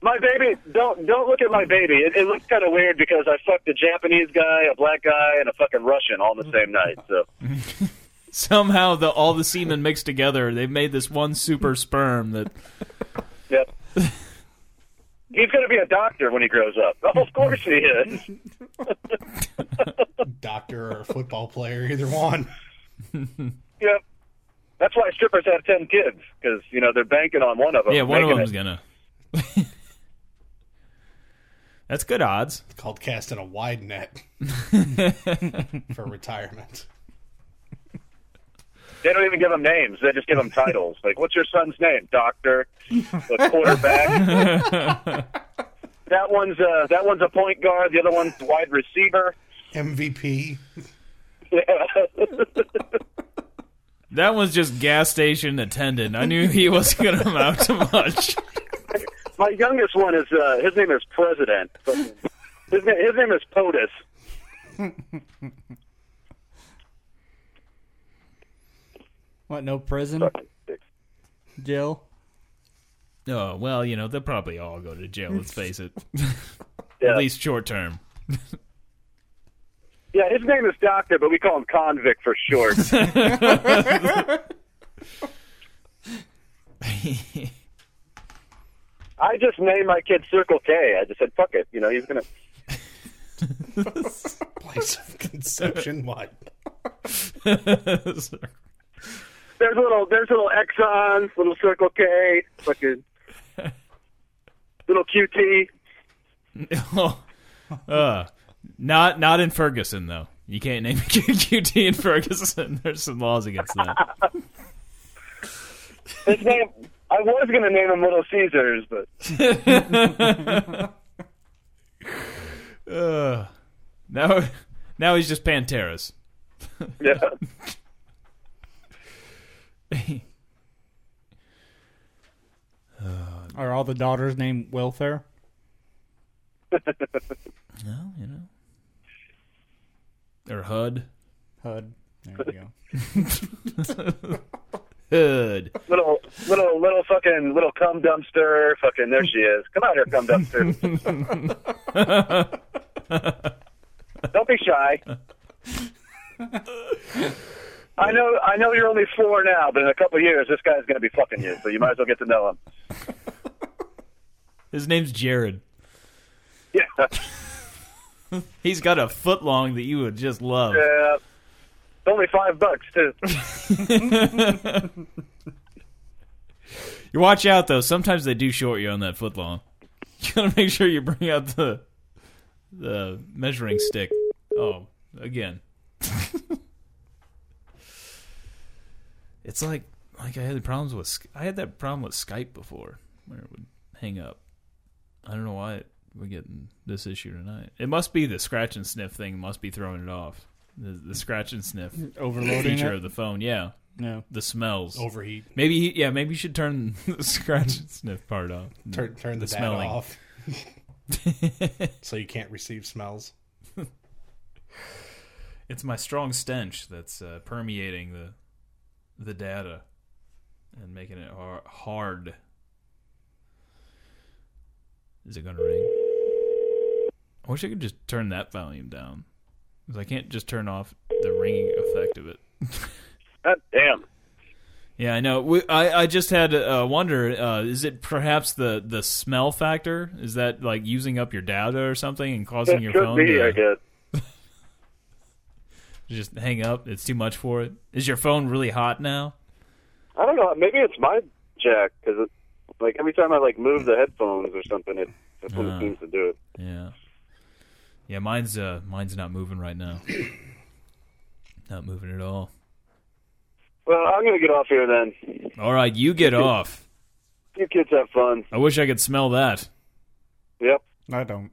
F: my baby, don't don't look at my baby. It, it looks kind of weird because I fucked a Japanese guy, a black guy, and a fucking Russian all in the same night. So
D: Somehow, the all the semen mixed together, they've made this one super sperm that
F: Yep. He's going to be a doctor when he grows up. Oh, of course he is.
C: doctor or football player, either one.
F: Yep. That's why strippers have 10 kids, because, you know, they're banking on one of them.
D: yeah, one of
F: making
D: them's
F: it.
D: gonna. That's good odds.
C: It's called casting a wide net for retirement.
F: They don't even give them names. They just give them titles. Like, what's your son's name? Doctor. The quarterback. that one's uh, that one's a point guard. The other one's wide receiver.
C: MVP.
D: That one's just gas station attendant. I knew he wasn't gonna amount to much.
F: My youngest one is uh, his name is President. But his, na- his name is POTUS.
E: What? No prison, jail.
D: Oh well, you know they'll probably all go to jail. Let's face it,
F: Yeah.
D: at least short term.
F: Yeah, his name is Doctor, but we call him Convict for short. I just named my kid Circle K. I just said, fuck it. You know, he's going to.
C: Place of conception. What?
F: There's little, there's little Exxon, little Circle K, fucking. Little QT.
D: Oh, uh, not not in Ferguson though. You can't name a QT in Ferguson. There's some laws against that.
F: His name, I was going to name him Little Caesars, but
D: Uh, now now he's just Panteras.
F: yeah.
E: Are all the daughters named welfare?
D: No, you know, or HUD.
E: HUD. There you go.
D: HUD.
F: Little, little, little fucking, little cum dumpster. Fucking, there she is. Come out here, cum dumpster. Don't be shy. I know, I know you're only four now, but in a couple of years, this guy's going to be fucking you, so you might as well get to know him.
D: His name's Jared.
F: Yeah. Uh,
D: He's got a foot long that you would just love.
F: Yeah. It's only five bucks too.
D: You watch out though. Sometimes they do short you on that foot long. You gotta make sure you bring out the the measuring stick. Oh, again. it's like like I had problems with Sk- I had that problem with Skype before where it would hang up. I don't know why it we're getting this issue tonight. It must be the scratch and sniff thing. Must be throwing it off. The, the scratch and sniff
E: Overloading
D: feature
E: it.
D: of the phone. Yeah,
E: Yeah.
D: the smells.
C: Overheat.
D: Maybe he, yeah. Maybe you should turn the scratch and sniff part off.
C: Turn turn the,
D: The
C: data
D: smelling.
C: off. so you can't receive smells.
D: It's my strong stench that's uh, permeating the the data and making it har- hard. Is it gonna ring? I wish I could just turn that volume down. 'Cause I can't just turn off the ringing effect of it.
F: God damn.
D: Yeah, I know. We, I I just had uh, wonder. Uh, is it perhaps the the smell factor? Is that like using up your data or something and causing
F: It
D: your
F: could
D: phone
F: be,
D: to
F: I guess.
D: just hang up? It's too much for it. Is your phone really hot now?
F: I don't know. Maybe it's my jack because, like, every time I like move the headphones or something, it that's what
D: Ah.
F: it seems to do.
D: Yeah. Yeah, mine's uh mine's not moving right now. not moving at all.
F: Well, I'm gonna get off here then.
D: All right, you get off.
F: You kids have fun.
D: I wish I could smell that.
F: Yep.
E: I don't.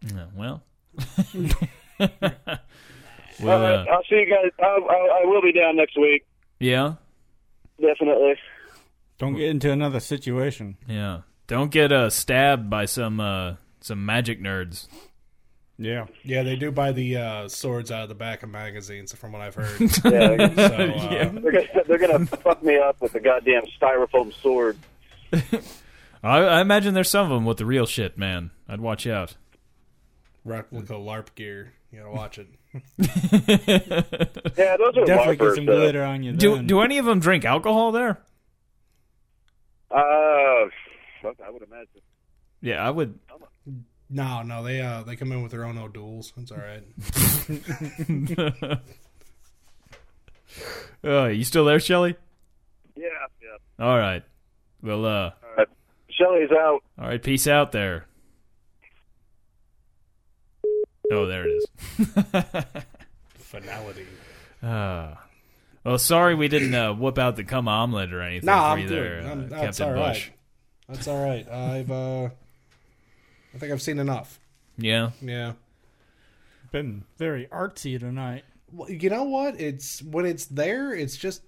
D: Yeah, well.
F: All
D: well
F: right.
D: uh,
F: I'll see you guys. I, I, I will be down next week,
D: yeah.
F: definitely.
E: Don't get into another situation.
D: Yeah. Don't get uh stabbed by some uh some magic nerds.
E: Yeah.
C: Yeah, they do buy the uh, swords out of the back of magazines, from what I've heard. So,
F: Yeah, they're,
C: uh,
F: they're gonna, they're gonna fuck me up with the goddamn styrofoam sword.
D: I, I imagine there's some of them with the real shit, man. I'd watch out.
C: replica LARP gear. You gotta watch it.
F: Yeah, those are
E: Definitely get
F: larpers,
E: some
F: though.
E: glitter on you.
D: Do
E: then.
D: do any of them drink alcohol there?
F: Uh, fuck, I would imagine.
D: Yeah, I would
C: No, no, they uh they come in with their own O'Douls. It's all right.
D: Uh, you still there, Shelly?
F: Yeah, yeah.
D: All right. Well, uh,
F: Shelly's out.
D: all right. Peace out there. Oh, there it is.
C: Finality.
D: Ah. well, sorry we didn't uh, whip out the cum omelet or anything
C: Nah,
D: for
C: I'm
D: you
C: doing.
D: there,
C: I'm,
D: uh,
C: that's
D: Captain
C: all right.
D: Bush.
C: That's all right. I've uh, I think I've seen enough.
D: Yeah.
C: Yeah.
E: Been very artsy tonight.
C: Well, you know what? It's when it's there. It's just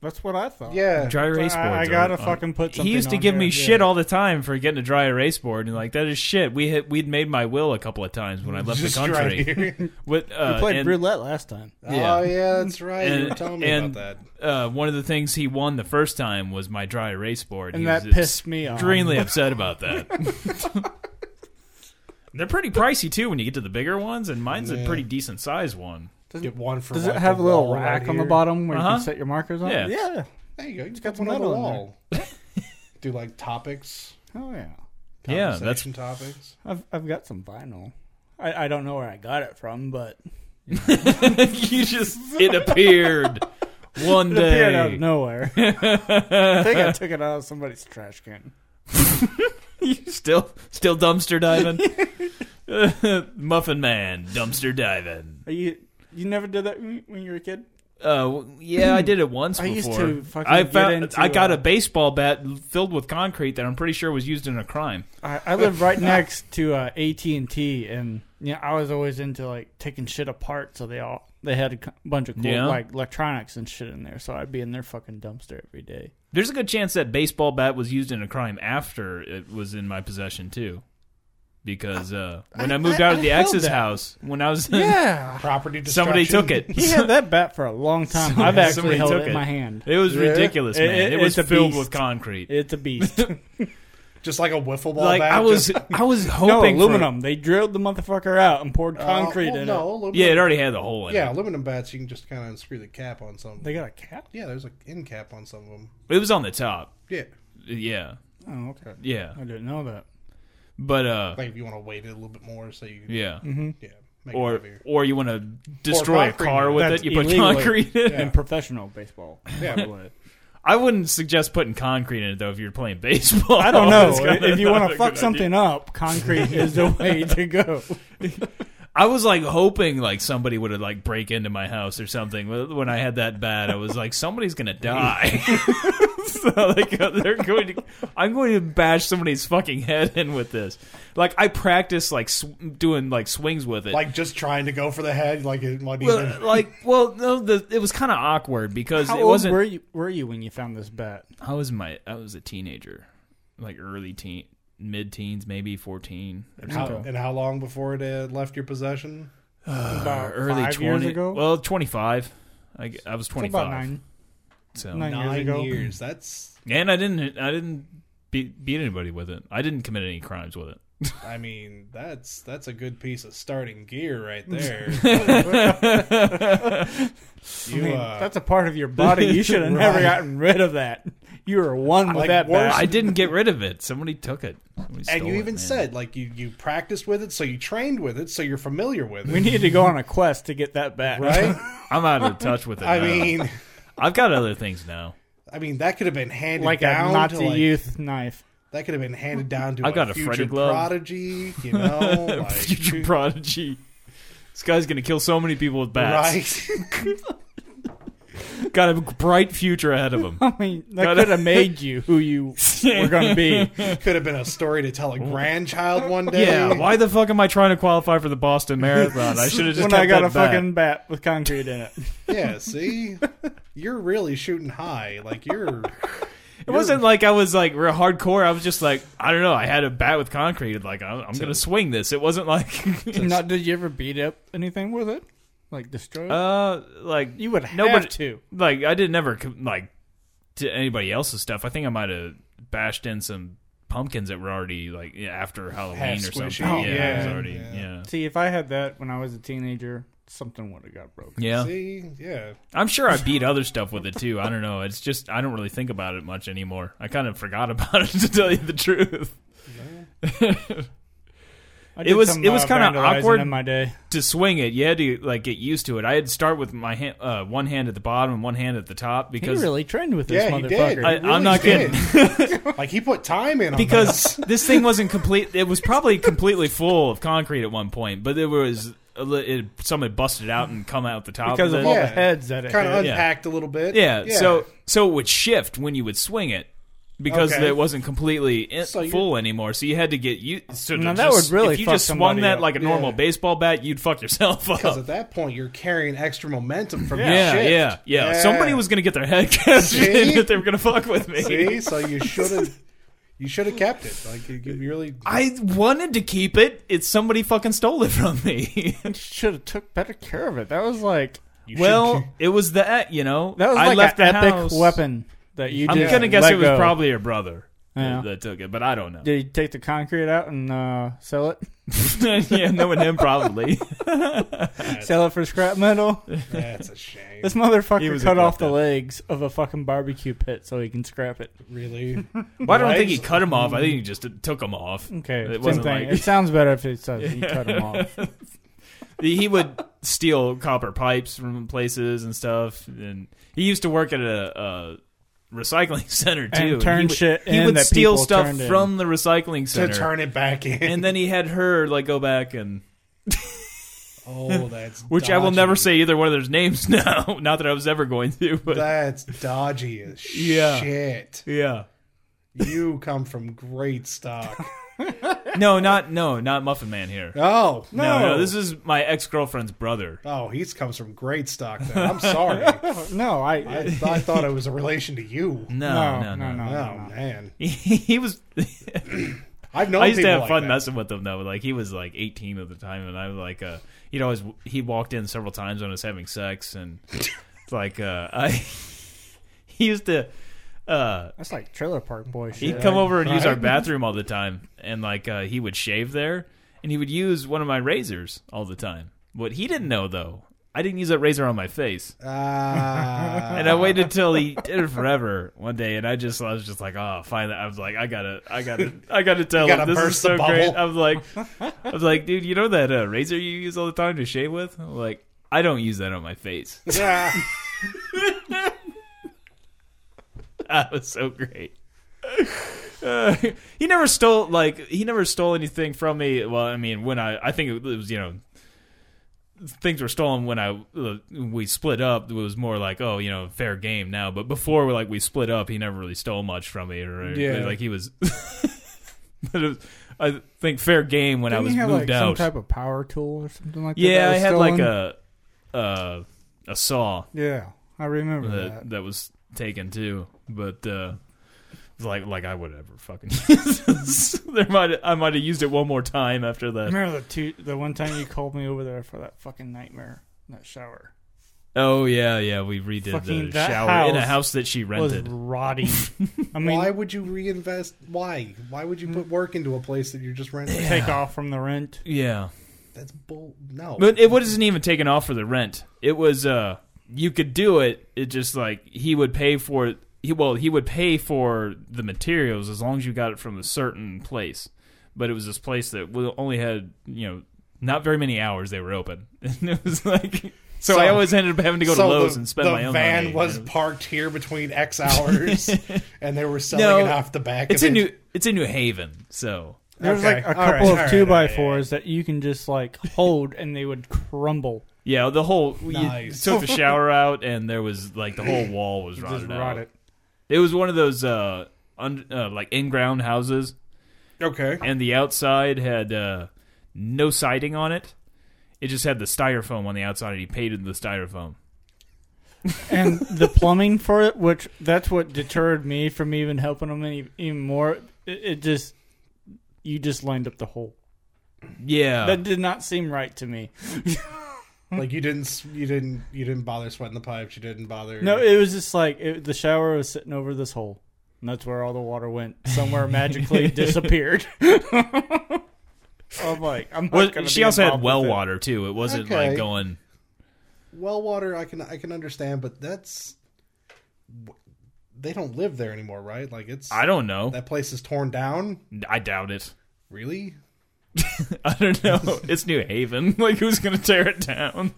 E: That's what I thought.
C: yeah.
D: Dry erase
E: I-
D: boards.
E: I
D: are-
E: gotta
D: are- uh,
E: fucking put
D: He used to
E: something on
D: give me
E: there,
D: shit
E: yeah.
D: all the time for getting a dry erase board, and like that is shit. We had, we'd made my will a couple of times when I left the
C: Just
D: country.
C: right here.
D: With, uh,
E: We played
D: and-
E: roulette last time.
D: Yeah.
C: Oh yeah, that's right. you were
D: And-
C: telling me
D: and-
C: about
D: uh, one of the things he won the first time was my dry erase board,
E: And
D: he
E: that
D: was
E: pissed me off.
D: Extremely upset about that. They're pretty pricey too when you get to the bigger ones, and mine's a
C: Yeah.
D: pretty decent size one.
C: that. Get one for.
E: Does
C: like,
E: it have a little
C: wall right
E: rack on the
C: here.
E: bottom where you
D: Uh-huh.
E: can set your markers on?
D: Yeah.
E: Yeah.
C: There you go. You just
E: got
C: got
E: some
C: one on the
E: metal in
C: wall. Do like topics.
E: Oh yeah.
D: Yeah, that's
C: conversation topics.
E: I've I've got some vinyl. I, I don't know where I got it from, but
D: you just it appeared one
E: it
D: day.
E: appeared out of nowhere. I think I took it out of somebody's trash can.
D: You still still dumpster diving, Muffin Man dumpster diving.
E: Are you you never did that when when you were a kid?
D: Uh, yeah, I did it once.
E: I used
D: before.
E: to fucking
D: I
E: get
D: found
E: into,
D: I got
E: uh,
D: a baseball bat filled with concrete that I'm pretty sure was used in a crime.
E: I, I lived right next to uh, AT and T, and you know, I was always into like taking shit apart. So they all they had a c- bunch of cool
D: Yeah.
E: like electronics and shit in there. So I'd be in their fucking dumpster every day.
D: There's a good chance that baseball bat was used in a crime after it was in my possession too, because uh, when I, moved
E: I-
D: out of
E: I
D: the
E: held
D: ex's
E: that.
D: house, when I was
E: Yeah,
C: Property destruction.
D: somebody took it.
E: he had that bat for a long time. I've actually
D: Somebody
E: held
D: took
E: it in my hand.
D: It was
E: Yeah.
D: ridiculous,
E: It-
D: man. It,
E: it-
D: was
E: it's a
D: filled
E: beast.
D: with concrete.
E: It's a beast.
C: Just like a wiffle ball
D: like
C: bat.
D: I was,
C: just- uh,
D: I was
E: no
D: hoping for-
E: aluminum. They drilled the motherfucker out and poured concrete
C: Uh, well,
E: in
C: no,
E: it.
C: aluminum.
D: yeah, it already had the hole in
C: Yeah,
D: it.
C: aluminum bats. You can just kind of unscrew the cap on some.
E: They got a cap.
C: yeah, there's an end cap on some of them.
D: It was on the top.
C: Yeah,
D: Yeah,
E: Oh, okay.
D: yeah,
E: I didn't know that.
D: but uh,
C: like if you want to weight it a little bit more, so you can,
D: yeah.
E: Mm-hmm.
C: yeah, make it
D: Or
C: heavier.
D: or you want to destroy a
C: concrete.
D: car with
E: That's
D: it? You put
E: illegal.
D: concrete in.
E: In professional baseball,
C: Yeah.
E: by the way.
D: I wouldn't suggest putting concrete in it though if you're playing baseball.
E: I don't know.
D: It's kinda
E: if you
D: not
E: want
D: a
E: to fuck
D: good
E: something up, concrete is the way to go.
D: idea. I was like hoping like somebody would like break into my house or something when I had that bad. I was like, somebody's gonna die. so like uh, they're going to, I'm going to bash somebody's fucking head in with this. Like I practice like sw- doing like swings with it.
C: Like just trying to go for the head, like it might even.
D: Well, like well, no, the, it was kind of awkward because
E: How
D: it
E: old
D: wasn't. Uh,
E: were you, were you when you found this bat?
D: I was my I was a teenager, like early teen, mid teens, maybe fourteen or
C: How-
D: something.
C: and how long before it uh, left your possession?
E: About
D: early
E: five
D: 20,
E: years ago?
D: Well, twenty five. I, g- I was
E: It's
D: twenty
E: about
D: five.
E: nine.
D: So
E: nine years
C: Nine
E: ago.
C: years. That's.
D: and I didn't I didn't beat, beat anybody with it. I didn't commit any crimes with it.
C: I mean, that's that's a good piece of starting gear right there.
E: I
C: you,
E: mean,
C: uh,
E: that's a part of your body. You should have never
C: Right.
E: gotten rid of that. You were one with
C: Like,
E: that
C: worse-
E: bat.
D: I didn't get rid of it. Somebody took it. Somebody
C: and
D: stole
C: you
D: it,
C: even
D: man.
C: said like you you practiced with it, so you trained with it, so you're familiar with it,
E: We need to go on a quest to get that back.
C: right?
D: I'm out of touch with it.
C: I
D: now.
C: mean,
D: I've got other things now.
C: I mean that could have been handed
E: Like
C: down
E: a Nazi
C: to like,
E: youth knife.
C: That could have been handed down to
D: I've got a
C: future
D: Freddy glove.
C: prodigy, you know, like,
D: Future prodigy. This guy's gonna kill so many people with bats.
C: right?
D: Got a bright future ahead of him.
E: I mean, that
D: Got
E: could
D: it.
E: have made you who you were going to be.
C: could have been a story to tell a grandchild one day.
D: Yeah, why the fuck am I trying to qualify for the Boston Marathon? I should have just
E: when
D: kept
E: I got a
D: that bat.
E: fucking bat with concrete in it.
C: Yeah, see, you're really shooting high. Like you're.
D: It wasn't like I was like real hardcore. I was just like I don't know. I had a bat with concrete. Like I'm, I'm gonna swing this. It wasn't like
E: Not, did you ever beat up anything with it? Like destroy it?
D: uh like
E: you would have
D: nobody-
E: to.
D: like I didn't ever com- like to anybody else's stuff. I think I might have bashed in some pumpkins that were already like yeah, after Halloween or something.
C: squishy.
E: Oh,
D: yeah, it was
E: yeah,
D: already
C: yeah.
D: yeah.
E: See, if I had that when I was a teenager, something would have got broken.
D: Yeah,
C: See, yeah,
D: I'm sure I beat other stuff with it too. I don't know. It's just I don't really think about it much anymore. I kind of forgot about it to tell you the truth.
E: I
D: It
E: did
D: was-
E: some,
D: it was
E: uh,
D: kinda
E: vandalizing
D: awkward.
E: in my day.
D: to swing it, you had to like get used to it. I had to start with my hand, uh, one hand at the bottom and one hand at the top
E: He
D: because
E: really trained with this
C: yeah. He
E: motherfucker.
C: did. He
D: I- I'm
C: really
D: not
C: did. like he put time in on
D: because
C: this.
D: this thing wasn't complete. It was probably completely full of concrete at one point, but there was a li- it, some had busted out and come out the top
E: because
D: of
E: of
D: it.
E: all
C: Yeah.
E: the heads that it
C: kind of
E: had.
D: Yeah.
C: unpacked a little bit.
D: yeah, so so it would shift when you would swing it. Because
C: Okay.
D: it wasn't completely in,
C: So you're-
D: full anymore, so you had to get you. So to
E: Now that
D: just-
E: would really
D: if you
E: fuck
D: just swung
E: somebody
D: that
E: up.
D: like a normal
C: Yeah.
D: baseball bat, you'd fuck yourself up.
C: because at that point you're carrying extra momentum from
D: Yeah,
C: your shift.
D: yeah, yeah, Somebody was gonna get their head casted
C: See?
D: in if they were gonna fuck with me.
C: See, so you should have. You should have kept it. Like you, you really.
D: I wanted to keep it. It's somebody fucking stole it from me.
E: should have took better care of it. That was like
C: You
D: well,
C: should-
D: it was that you know.
E: that was
D: I
E: like
D: left
E: an
D: the
E: epic
D: house.
E: weapon that you.
D: I'm
E: just
D: gonna guess
E: let
D: it was
E: go.
D: probably your brother
E: Yeah.
D: that took it, but I don't know.
E: Did he take the concrete out and uh, sell it?
D: yeah, knowing him probably.
E: Sell it for scrap metal?
C: that's a shame.
E: This motherfucker
D: was a
E: cut off the
D: klepto.
E: legs of a fucking barbecue pit so he can scrap it.
C: Really,
D: Well, I don't think he
C: Legs?
D: cut him off. I think he just took him off.
E: Okay,
D: it
E: same
D: wasn't
E: thing.
D: like
E: It sounds better if it says he cut him off.
D: he would steal copper pipes from places and stuff. And he used to work at a, a recycling center too.
E: And
D: he
E: turn
D: would-
E: shit
D: He
E: in
D: would
E: that
D: steal
E: people
D: stuff
E: turned in.
D: from the recycling
C: to
D: center,
C: turn it back in.
D: and then he had her like go back and.
C: oh, that's
D: Which I will
C: dodgy.
D: never say either one of their names now. Not that I was ever going to, but
C: That's dodgy as
D: Yeah.
C: shit.
D: yeah.
C: You come from great stock.
D: No, not no, not Muffin Man here.
C: Oh
D: No, no, this is my ex girlfriend's brother.
C: Oh, he comes from great stock. Then I'm sorry. I,
E: No, I.
C: I thought it was a relation to you.
D: No,
E: no,
D: no, no.
E: no,
C: Oh
E: no, no.
C: man,
D: he was.
C: I've known.
D: I used to
C: people
D: have
C: like
D: fun
C: that.
D: messing with him though. Like he was like 18 at the time, and I was like, uh, you know, always he walked in several times when I was having sex, and like uh, I, he used to. Uh,
E: That's like Trailer Park Boy shit.
D: He'd come
E: Like,
D: over and use
C: Right.
D: our bathroom all the time, and like uh, he would shave there, and he would use one of my razors all the time. What he didn't know though, I didn't use that razor on my face,
C: Ah,
D: and I waited till he did it forever one day, and I just I was just like, oh, finally, I was like, I gotta, I gotta, I gotta tell
C: gotta
D: him this is
C: burst the
D: so
C: bubble.
D: great. I was like, I was like, dude, you know that uh, razor you use all the time to shave with? I'm like, I don't use that on my face.
C: yeah.
D: that was so great. Uh, he never stole like he never stole anything from me. Well, I mean, when I I think it was you know things were stolen when I uh, we split up. It was more like, oh, you know, fair game now. But before, like we split up, he never really stole much from me, or
E: Yeah.
D: like he was. but it was, I think fair game when I was
E: you have
D: moved
E: like
D: out.
E: some type of power tool or something like that?
D: yeah,
E: that
D: I
E: was
D: had like
E: stolen?
D: a uh, a saw
E: Yeah, I remember
D: that
E: that.
D: that was taken too, but. uh like like I would ever fucking use this. there might I might have used it one more time after
E: I
D: that.
E: remember the two, the one time you called me over there for that fucking nightmare, in that shower
D: Oh yeah yeah we redid
E: Fucking
D: the
E: that
D: shower in a
E: house
D: house that she
E: was
D: rented.
E: rotting. I mean,
C: Why would you reinvest? Why? Why would you put work into a place that you're just renting?
E: take off from the rent.
D: yeah.
C: That's bull. No.
D: But it wasn't even taken off for the rent. It was uh you could do it. It just like he would pay for it. He well, he would pay for the materials as long as you got it from a certain place. But it was this place that w- only had you know not very many hours they were open, and it was like so,
C: So-
D: I always ended up having to go to
C: So
D: Lowe's
C: the,
D: and spend
C: the
D: my own
C: van
D: money.
C: was
D: It
C: parked here between X hours, and they were selling
D: No,
C: it off the back.
D: it's
C: of
D: in
C: it.
D: New it's in New Haven, so
E: There's
C: Okay,
E: like a
C: all
E: couple
C: right,
E: of
C: all right,
E: two
C: all
E: by
C: right,
E: fours that you can just like hold and they would crumble.
D: yeah. The whole
C: Nice.
D: you took the shower out, and there was like the whole wall was rotted
E: Just
D: out.
E: rot it.
D: It was one of those uh, un- uh like in ground houses,
C: Okay.
D: and the outside had uh, no siding on it. It just had the styrofoam on the outside, and he painted the styrofoam.
E: and the plumbing for it, which that's what deterred me from even helping them any even more. It, it just you just lined up the hole.
D: Yeah,
E: That did not seem right to me.
C: Like you didn't, s- you didn't, you didn't bother sweating the pipes. You didn't bother.
E: No, it was just like it, the shower was sitting over this hole, and that's where all the water went. Somewhere magically disappeared. I'm like, I'm not
D: Well,
E: gonna
D: she
E: be
D: also had
E: involved with
D: well
E: it.
D: water too. It wasn't
C: Okay.
D: like going.
C: well water. I can, I can understand, but that's they don't live there anymore, right? Like it's
D: I don't know.
C: that place is torn down.
D: I doubt it.
C: Really?
D: I don't know. it's New Haven. Like who's gonna tear it down?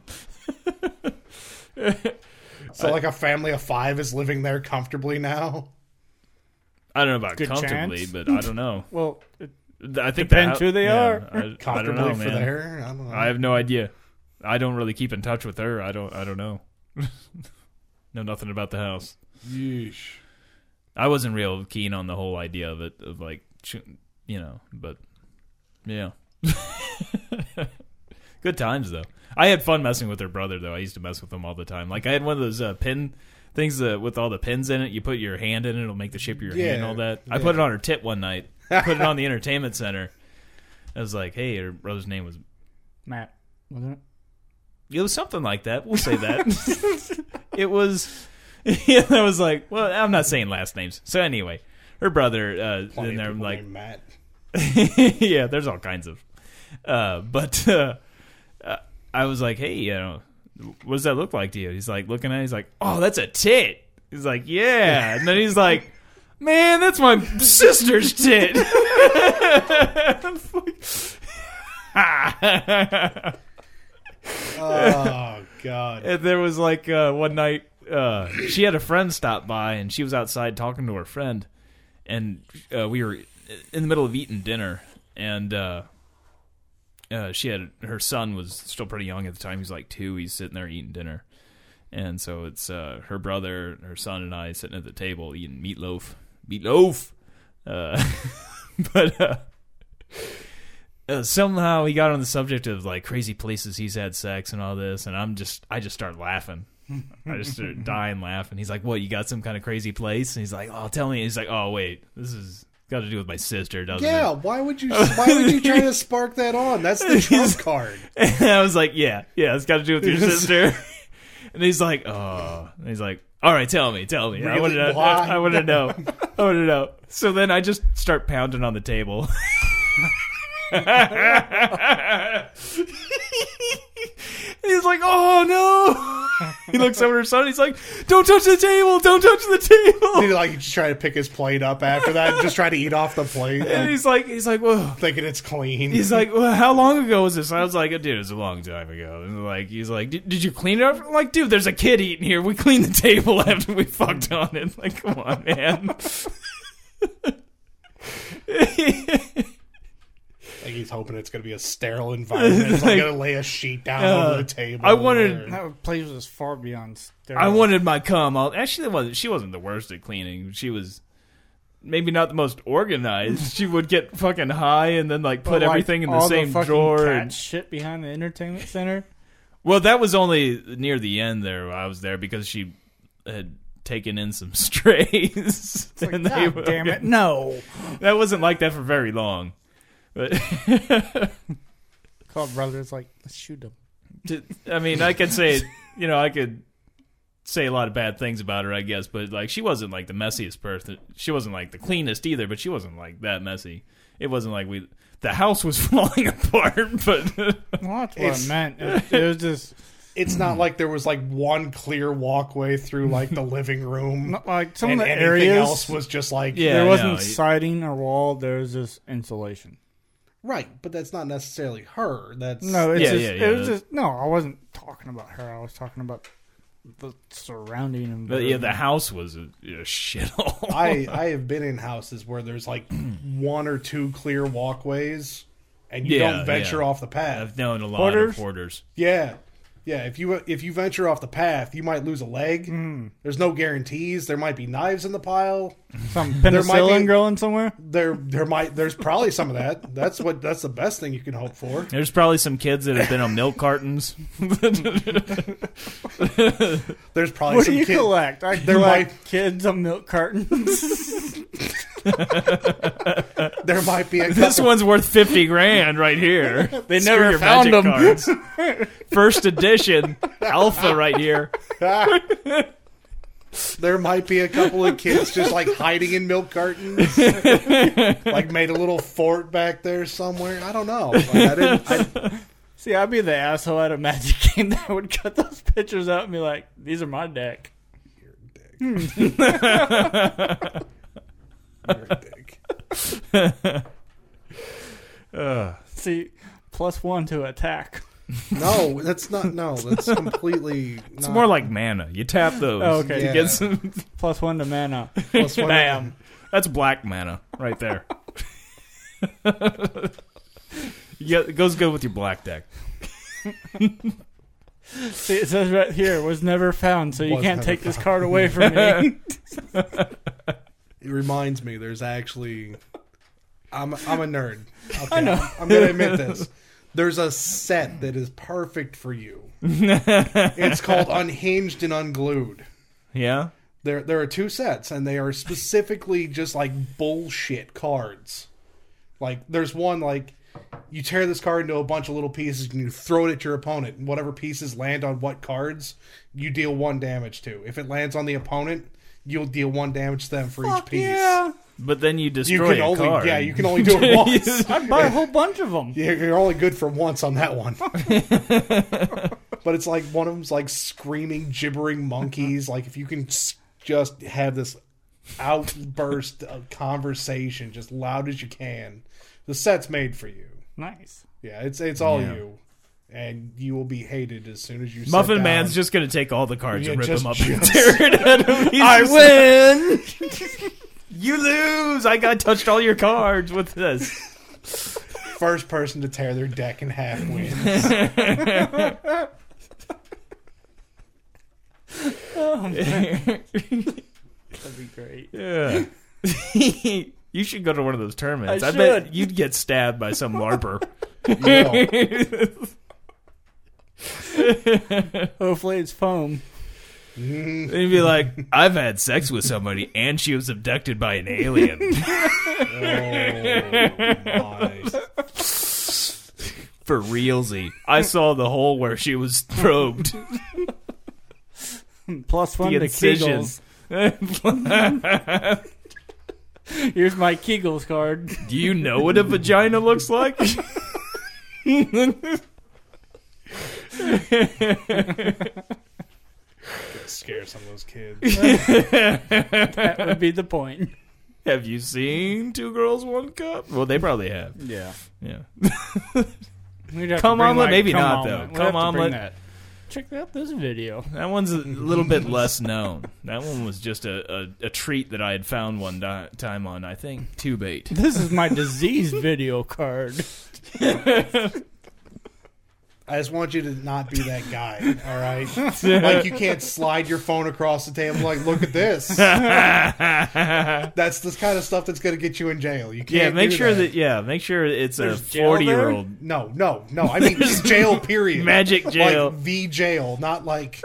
C: So like a family of five is living there comfortably now.
D: I don't know about
E: Good
D: comfortably,
E: chance.
D: but I don't know.
E: Well, it,
D: I think
E: Depends
D: that hou-
E: who they
D: yeah,
E: are.
D: I- I, don't
C: Comfortably
D: know,
C: for
D: man.
C: there. I don't know.
D: I have no idea. I don't really keep in touch with her. I don't. I don't know. know nothing about the house.
C: Yeesh.
D: I wasn't real keen on the whole idea of it, of like, ch- you know. But yeah, good times though. I had fun messing with her brother though. I used to mess with him all the time. Like I had one of those uh, pin things that with all the pins in it. You put your hand in it, it'll make the shape of your hand and
C: Yeah,
D: all that. I put it on her tit one night. put it on the entertainment center. I was like, hey, her brother's name was
E: Matt, wasn't it?
D: It was something like that. We'll say that. it was. Yeah, I was like, well, I'm not saying last names. So anyway, her brother, uh,
C: Plenty
D: and
C: of
D: they're
C: people
D: like,
C: named Matt.
D: yeah, there's all kinds of. Uh, but uh, uh, I was like, hey, you know, what does that look like to you? He's like looking at. it, He's like, oh, that's a tit. He's like, yeah, and then he's like, man, that's my sister's tit.
C: Oh God.
D: And there was like uh, one night, uh, she had a friend stop by, and she was outside talking to her friend, and uh, we were in the middle of eating dinner, and uh, uh, she had her son was still pretty young at the time. He's like two. He's sitting there eating dinner, and so it's uh, her brother, her son, and I sitting at the table eating meatloaf, meatloaf. Uh, but uh, uh, somehow he got on the subject of like crazy places he's had sex and all this, and I'm just I just start laughing. I just start dying laughing. He's like, "What? You got some kind of crazy place?" And he's like, "Oh, tell me." He's like, "Oh, wait, this is got to do with my sister, doesn't
C: Yeah,
D: it?"
C: why would you? Why would you try to spark that on? That's the trump card.
D: And I was like, "Yeah, yeah, it's got to do with your sister." and he's like, "Oh," and he's like, "All right, tell me, tell me. I
C: Really?
D: want to,
C: Why?
D: I, I want to know, I want to know." So then I just start pounding on the table. And he's like, "Oh no!" he looks over at his son. He's like, "Don't touch the table! Don't touch the
C: He
D: table!"
C: like just try to pick his plate up after that, and just try to eat off the plate,
D: And
C: and
D: he's like, "He's like, whoa."
C: thinking it's clean.
D: He's like, well, "How long ago was this?" I was like, "Dude, it was a long time ago." And like, he's like, "Did did you clean it up?" I'm like, "Dude, there's a kid eating here. We cleaned the table after we fucked on it." Like, come on, man.
C: Like he's hoping it's gonna be a sterile environment. It's like,
D: Like,
C: gonna lay a sheet down
D: uh,
C: over the table.
D: I wanted-
C: or-
E: That place was far beyond. Sterile.
D: I wanted my cum. All actually, it wasn't. She wasn't the worst at cleaning. She was maybe not the most organized. she would get fucking high and then like put
E: Like,
D: everything in the
E: all
D: same
E: fucking
D: drawer.
E: cat
D: and-
E: shit behind the entertainment center.
D: well, that was only near the end there. I was there because she had taken in some strays. and they
E: God
D: were-
E: damn it! No,
D: That wasn't like that for very long. But
E: called brothers like let's shoot them.
D: to- I mean, I could say, you know, I could say a lot of bad things about her, I guess, but like she wasn't like the messiest person. She wasn't like the cleanest either, but she wasn't like that messy. It wasn't like we the house was falling apart, but
E: Well, that's what
C: It's-
E: I meant. It, it was just
C: It's not like there was like one clear walkway through like the living room.
E: not like some
C: and
E: of the
C: anything
E: areas.
C: else was just like
D: Yeah.
E: there wasn't
D: no, it-
E: siding or wall. There was just insulation.
C: right, but that's not necessarily her. That's
E: No, it's
D: Yeah,
E: just,
D: yeah,
E: it
D: yeah.
E: was just no. I wasn't talking about her. I was talking about the surrounding
D: but
E: environment.
D: yeah, the house was a, a shithole.
C: I I have been in houses where there's like one or two clear walkways, and you
D: Yeah,
C: don't venture
D: yeah.
C: off the path.
D: I've known a lot
E: Hoarders?
D: of hoarders.
C: Yeah, yeah. If you if you venture off the path, you might lose a leg.
E: Hmm.
C: There's no guarantees. There might be knives in the pile.
E: some
C: might
E: penicillin
C: be-
E: growing somewhere.
C: There there might there's probably some of that. That's what that's the best thing you can hope for.
D: There's probably some kids that have been on milk cartons.
C: There's probably
E: What do
C: some
E: you
C: kid-
E: collect? I
C: There
E: collect
C: might-
E: kids a milk carton.
C: there might be a
D: this
C: couple-
D: one's worth 50 grand right here. They
E: never found 'em.
D: Cards. First edition alpha right here.
C: There might be a couple of kids just like hiding in milk cartons, like made a little fort back there somewhere. I don't know. Like, I didn't. I,
E: See, I'd be the asshole at a magic game that would cut those pictures out and be like, "These are my deck."
C: You're a dick.
E: See, plus one to attack.
C: No, that's not. No, that's completely.
D: It's more like mana. You tap those.
E: Oh, okay.
D: You
C: Yeah.
D: get some,
E: Plus one to mana.
C: bam.
D: that's black mana right there. you get, it goes good with your black deck.
E: See, it says right here was never found, so you
C: Was
E: can't
C: never
E: take this card away from me.
C: It reminds me. There's actually. I'm I'm a nerd. Okay, I know. I'm gonna admit this. There's a set that is perfect for you. it's called Unhinged and Unglued.
D: Yeah?
C: There there are two sets and they are specifically just like bullshit cards. Like there's one like you tear this card into a bunch of little pieces and you throw it at your opponent and whatever pieces land on what cards, you deal one damage to. If it lands on the opponent, you'll deal one damage to them for each piece.
D: But then you
C: You
D: destroy
C: can
D: a
C: only
D: card.
C: yeah, you can only do it once.
E: I buy a whole bunch of them.
C: Yeah, You're only good for once on that one. but it's like one of them's like screaming, gibbering monkeys. Like if you can s- just have this outburst of conversation, just loud as you can, the set's made for you.
E: Nice.
C: Yeah, it's it's all you, and you will be hated as soon as you. sit
D: Muffin
C: down.
D: Man's just going to take all the cards
C: Yeah,
D: and rip
C: just-
D: them up and
C: just-
D: tear it at him. He's
E: I
D: just-
E: win.
D: You lose. I got touched all your cards with this.
C: first person to tear their deck in half wins.
E: Oh, That'd be great.
D: Yeah. you should go to one of those tournaments.
E: I
D: I, bet
E: should.
D: you'd get stabbed by some larper.
C: You know,
E: Hopefully, it's foam.
D: And you'd be like, I've had sex with somebody and she was abducted by an alien
C: oh my.
D: for realsy. I saw the hole where she was probed.
E: Plus one
D: the
E: to
D: incision.
E: Kegels. Here's my Kegels card.
D: Do you know what a vagina looks like?
C: Scare some of those kids.
E: That would be the point.
D: Have you seen Two Girls, One Cup? Well, they probably have.
E: Yeah.
D: Yeah.
E: We'd have
D: Cum
E: to bring,
D: omelet?
E: like,
D: Maybe
E: cum
D: not,
E: omelet.
D: though.
E: We'd
D: Cum
E: have to bring
D: omelet.
E: that. Check out this video.
D: That one's a little bit less known. That one was just a, a, a treat that I had found one di- time on, I think, Tubate.
E: This is my disease video card.
C: I just want you to not be that guy, all right? like you can't slide your phone across the table like, look at this. that's the kind of stuff that's going to get you in jail. You can't
D: yeah, make
C: do
D: sure that. yeah, make sure it's a
G: There's jail
D: forty year old.
C: No, no, no. I mean jail period.
D: magic jail.
C: Like the jail, not like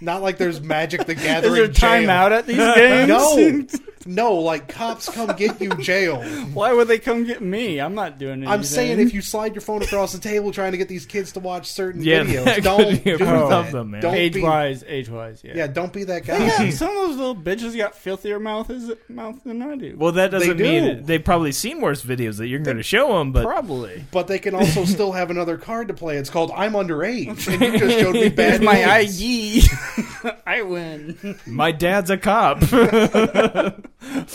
C: not like there's magic the
E: Is
C: gathering
E: there timeout at these games?
C: jail. No. No, like cops come get you jail.
E: Why would they come get me? I'm not doing anything.
C: I'm saying if you slide your phone across the table trying to get these kids to watch certain
D: Yeah, that
C: videos,
D: could
C: don't
D: be a
C: do
D: problem,
C: that.
D: man.
C: Don't
E: age
C: be,
E: wise, age wise, yeah.
C: yeah, don't be that
E: They
C: guy.
E: got- some of those little bitches got filthier mouth is mouth than I do.
D: Well, that doesn't
C: do.
D: mean they've probably seen worse videos that you're going to show them, but
E: probably.
C: but they can also still have another card to play. It's called I'm underage, and you just showed me bad
E: my
C: news.
E: ID. I win.
D: my dad's a cop.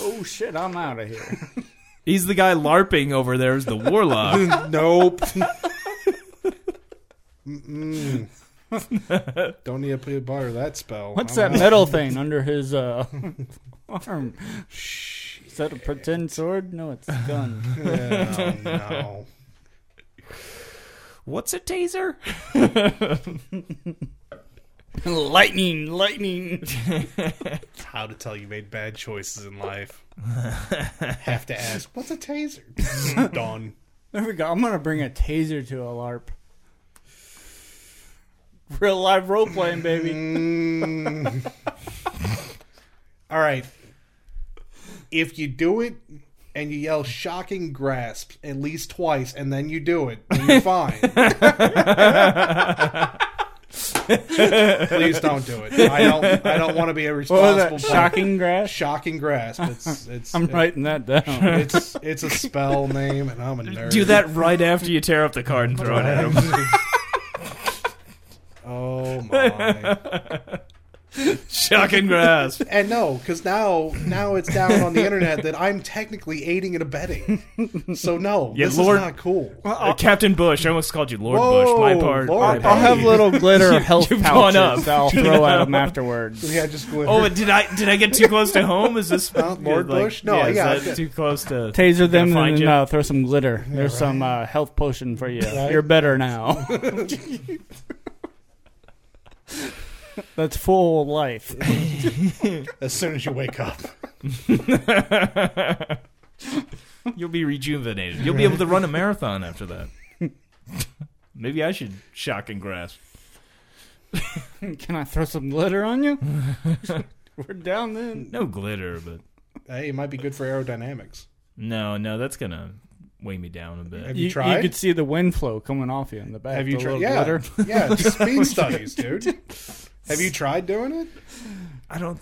E: Oh shit! I'm out of here.
D: He's the guy larping over there is the warlock.
C: nope. Mm-mm. Don't need to put a bar that spell.
E: What's that
C: I'm out.
E: metal thing under his uh, arm? Is that a pretend sword? No, it's a gun.
C: Yeah, no.
D: What's a taser?
E: lightning, lightning.
C: How to tell you made bad choices in life. Have to ask, what's a taser? Done.
E: There we go. I'm gonna bring a taser to a LARP. Real live role playing, baby.
C: Mm. All right. If you do it and you yell shocking grasp at least twice and then you do it, then you're fine. Please don't do it. I don't I don't want to be a
E: What was
C: responsible
E: that? Shocking grass.
C: shocking grasp. It's it's
E: I'm writing that down.
C: It's it's a spell name and I'm a nerd.
D: Do that right after you tear up the card and throw it at him.
C: Oh my.
D: Shock and grasp.
C: And no, because now now it's down on the internet that I'm technically aiding and abetting. So no,
D: Yeah,
C: this
D: Lord-
C: is not cool.
D: Uh, Captain Bush. I almost called you Lord
C: Whoa,
D: Bush. My part.
C: Lord
D: my
E: I'll
D: part.
E: have little glitter health
D: you've gone
E: pouches.
D: up.
E: that I'll throw at them afterwards.
C: yeah, just glitter.
D: Oh, did I did I get too close to home? Is this
C: Uh, Lord
D: like,
C: Bush? No,
D: is
C: yeah,
D: that
C: okay.
D: too close to
E: Taser them
D: find
E: and then,
D: you.
E: uh, throw some glitter. There's some uh, health potion for you. You're better now. That's full life.
C: As soon as you wake up,
E: uh,
D: You'll be rejuvenated. You'll be able to run a marathon after that. Maybe I should shock and grasp.
E: Can I throw some glitter on you? We're down then.
D: No glitter, but
C: hey, it might be good for aerodynamics.
D: no, no, that's gonna weigh me down a
C: Have
D: bit.
C: you,
E: You,
C: tried?
E: could see the wind flow coming off you in the back.
C: Have you
E: the
C: tried?
E: little
C: Yeah,
E: glitter.
C: yeah. Speed studies, dude. Have you tried doing it?
D: I don't.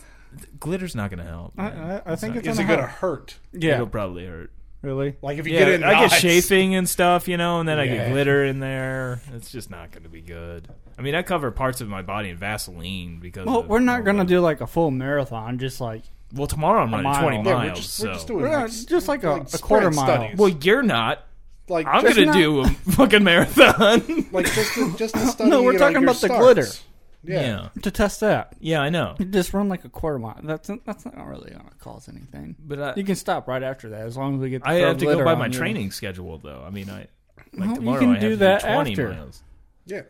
D: Glitter's not gonna help.
E: I,
D: man.
E: I, I think it's
C: Is it
E: on a
C: gonna
E: hot-
C: hurt?
E: Uh-uh. Yeah,
D: It'll probably hurt.
E: really.
C: Like if you
D: Yeah,
C: get in,
D: I
C: knots,
D: get chafing and stuff, you know, and then I
C: Yeah.
D: get glitter in there. It's just not gonna be good. I mean, I cover parts of my body in Vaseline because.
E: Well,
D: of
E: we're not
D: all
E: gonna
D: the-
E: do like a full marathon. Just like
D: Well, tomorrow I'm running
E: mile.
D: 20
E: Yeah,
C: Yeah,
D: miles.
C: we're just,
D: so.
C: we're just doing
E: We're
C: like,
E: not- just like a,
C: like
E: a quarter
C: sprint
E: mile.
C: studies.
D: well, you're not.
C: like
D: I'm
C: just,
D: gonna
E: not-
D: do a fucking marathon.
C: like just to, just to study.
E: we're
C: like,
E: talking
C: your
E: about the
C: starts.
E: glitter.
C: Yeah.
D: yeah,
E: To test that,
D: yeah, I know.
E: just run like a quarter mile. That's that's not really gonna cause anything.
D: But I,
E: You can stop right after that as long as we get. The
D: I have to go
E: glitter
D: by
E: on
D: my
E: you.
D: training schedule, though. I mean, I like
E: Well, you
D: tomorrow
E: can
D: I have
E: do
D: to
E: that
D: do 20
E: after.
D: miles.
C: yeah.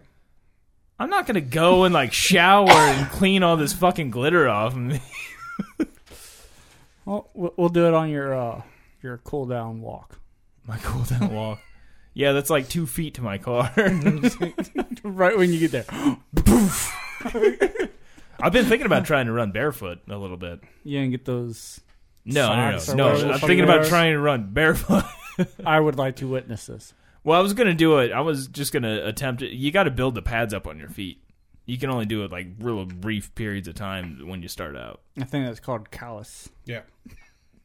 D: I'm not gonna go and like shower and clean all this fucking glitter off. me.
E: Well, we'll we'll do it on your uh, your cool down walk.
D: my cool down walk. Yeah, that's like two feet to my car.
E: right when you get there,
D: I've been thinking about trying to run barefoot a little bit.
E: you didn't get those.
D: No,
E: Socks
D: no,
E: or
D: no,
E: whatever
D: no.
E: the
D: I'm
E: fuck
D: thinking
E: they
D: about
E: are.
D: trying to run barefoot.
E: I would like to witness this.
D: Well, I was gonna do it. I was just gonna attempt it. You got to build the pads up on your feet. You can only do it like real brief periods of time when you start out.
E: I think that's called callus,
C: Yeah.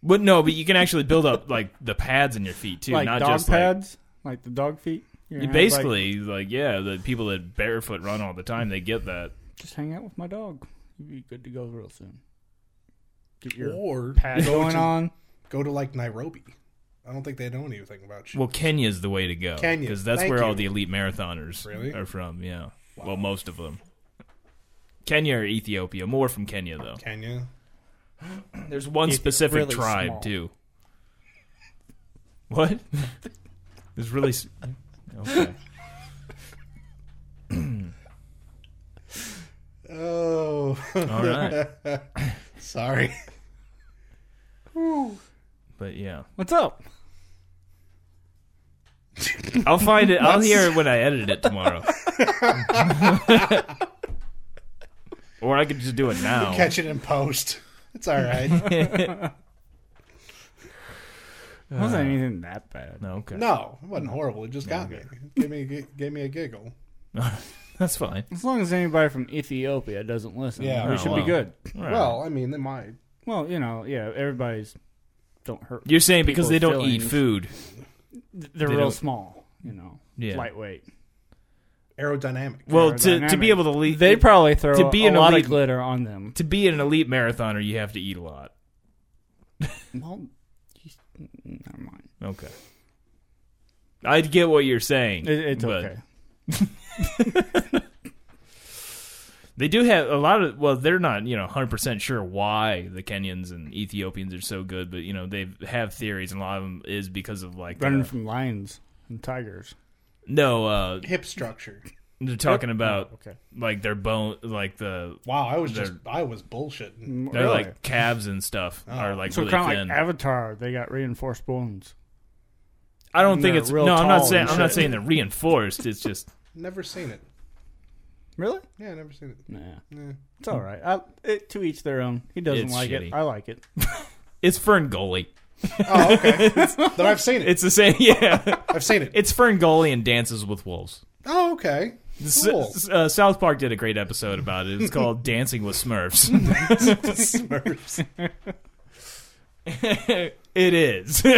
D: But no, but you can actually build up like the pads in your feet too,
E: like
D: not
E: dog
D: just like
E: pads, like, the dog feet. You're
D: You
E: gonna have, like,
D: basically like, yeah, the people that barefoot run all the time, they get that.
E: just hang out with my dog. You'd be good to go real soon. Get your
C: Or
E: pad
C: go
E: going
C: to-
E: on.
C: Go to like Nairobi. I don't think they know anything about you.
D: Well, Kenya's the way to go.
C: Kenya,
D: because that's
C: thank
D: where all
C: you.
D: the elite marathoners
C: Really?
D: are from. Yeah, well, most of them. Kenya or Ethiopia, more from Kenya though.
C: Kenya.
D: There's one
E: It's
D: specific
E: really
D: tribe
E: small.
D: too. What? It's really. s- Okay.
C: Oh,
D: All right.
C: sorry.
D: But yeah.
E: What's up?
D: I'll find it. I'll hear it when I edit it tomorrow. or I could just do it now.
C: Catch it in post. It's all right.
E: wasn't anything that bad.
D: No, okay.
C: No, it wasn't horrible. It just got me. Gave me a, gi- gave me a giggle.
D: That's fine.
E: As long as anybody from Ethiopia doesn't listen,
C: Yeah.
E: we
C: Oh,
E: should
D: well.
E: be good.
D: All right.
C: Well, I mean, they might.
E: Well, you know, yeah, everybody's don't hurt.
D: you're saying because they
E: people's
D: don't eat
E: feelings.
D: food.
E: They're
D: they
E: real
D: don't-
E: small, you know,
D: Yeah.
E: lightweight.
C: Aerodynamic.
D: Well, to, to
E: Aerodynamic.
D: be able to lead,
E: They probably throw
D: To be
E: a
D: an
E: lot
D: elite-
E: of glitter on them.
D: to be an elite marathoner, you have to eat a lot.
E: Well, geez, never mind.
D: Okay. I get what you're saying.
E: It, it's
D: but
E: okay.
D: They do have a lot of well, they're not, you know, 100% sure why the Kenyans and Ethiopians are so good, but you know, they have theories and a lot of them is because of like
E: Running
D: uh,
E: from lions and tigers.
D: no, uh
C: Hip structure.
D: they're talking about
E: Okay.
D: like their bone like the
C: Wow, I was just I was bullshitting.
D: they're
E: Really? Oh.
D: like calves and stuff are like
E: so
D: really
E: kind of
D: thin.
E: like Avatar. They got reinforced bones.
D: I don't think
E: they're
D: it's
E: real
D: no. I'm not
E: tall
D: saying
E: and
D: I'm not
E: shit.
D: saying they're reinforced. It's just
C: Never seen it.
E: Really?
C: Yeah, never seen it.
E: Nah. It's all right. I, it, to each their own. He doesn't
D: It's
E: like
D: shitty.
E: it. I like it.
D: it's Ferngully.
C: Oh, okay. then I've seen it.
D: It's the same. Yeah,
C: I've seen it.
D: it's Ferngully and Dances with Wolves.
C: Oh, okay.
D: S-
C: Cool.
D: s- uh, South Park did a great episode about it. It's called Dancing with Smurfs.
C: Smurfs.
D: it is.
C: God,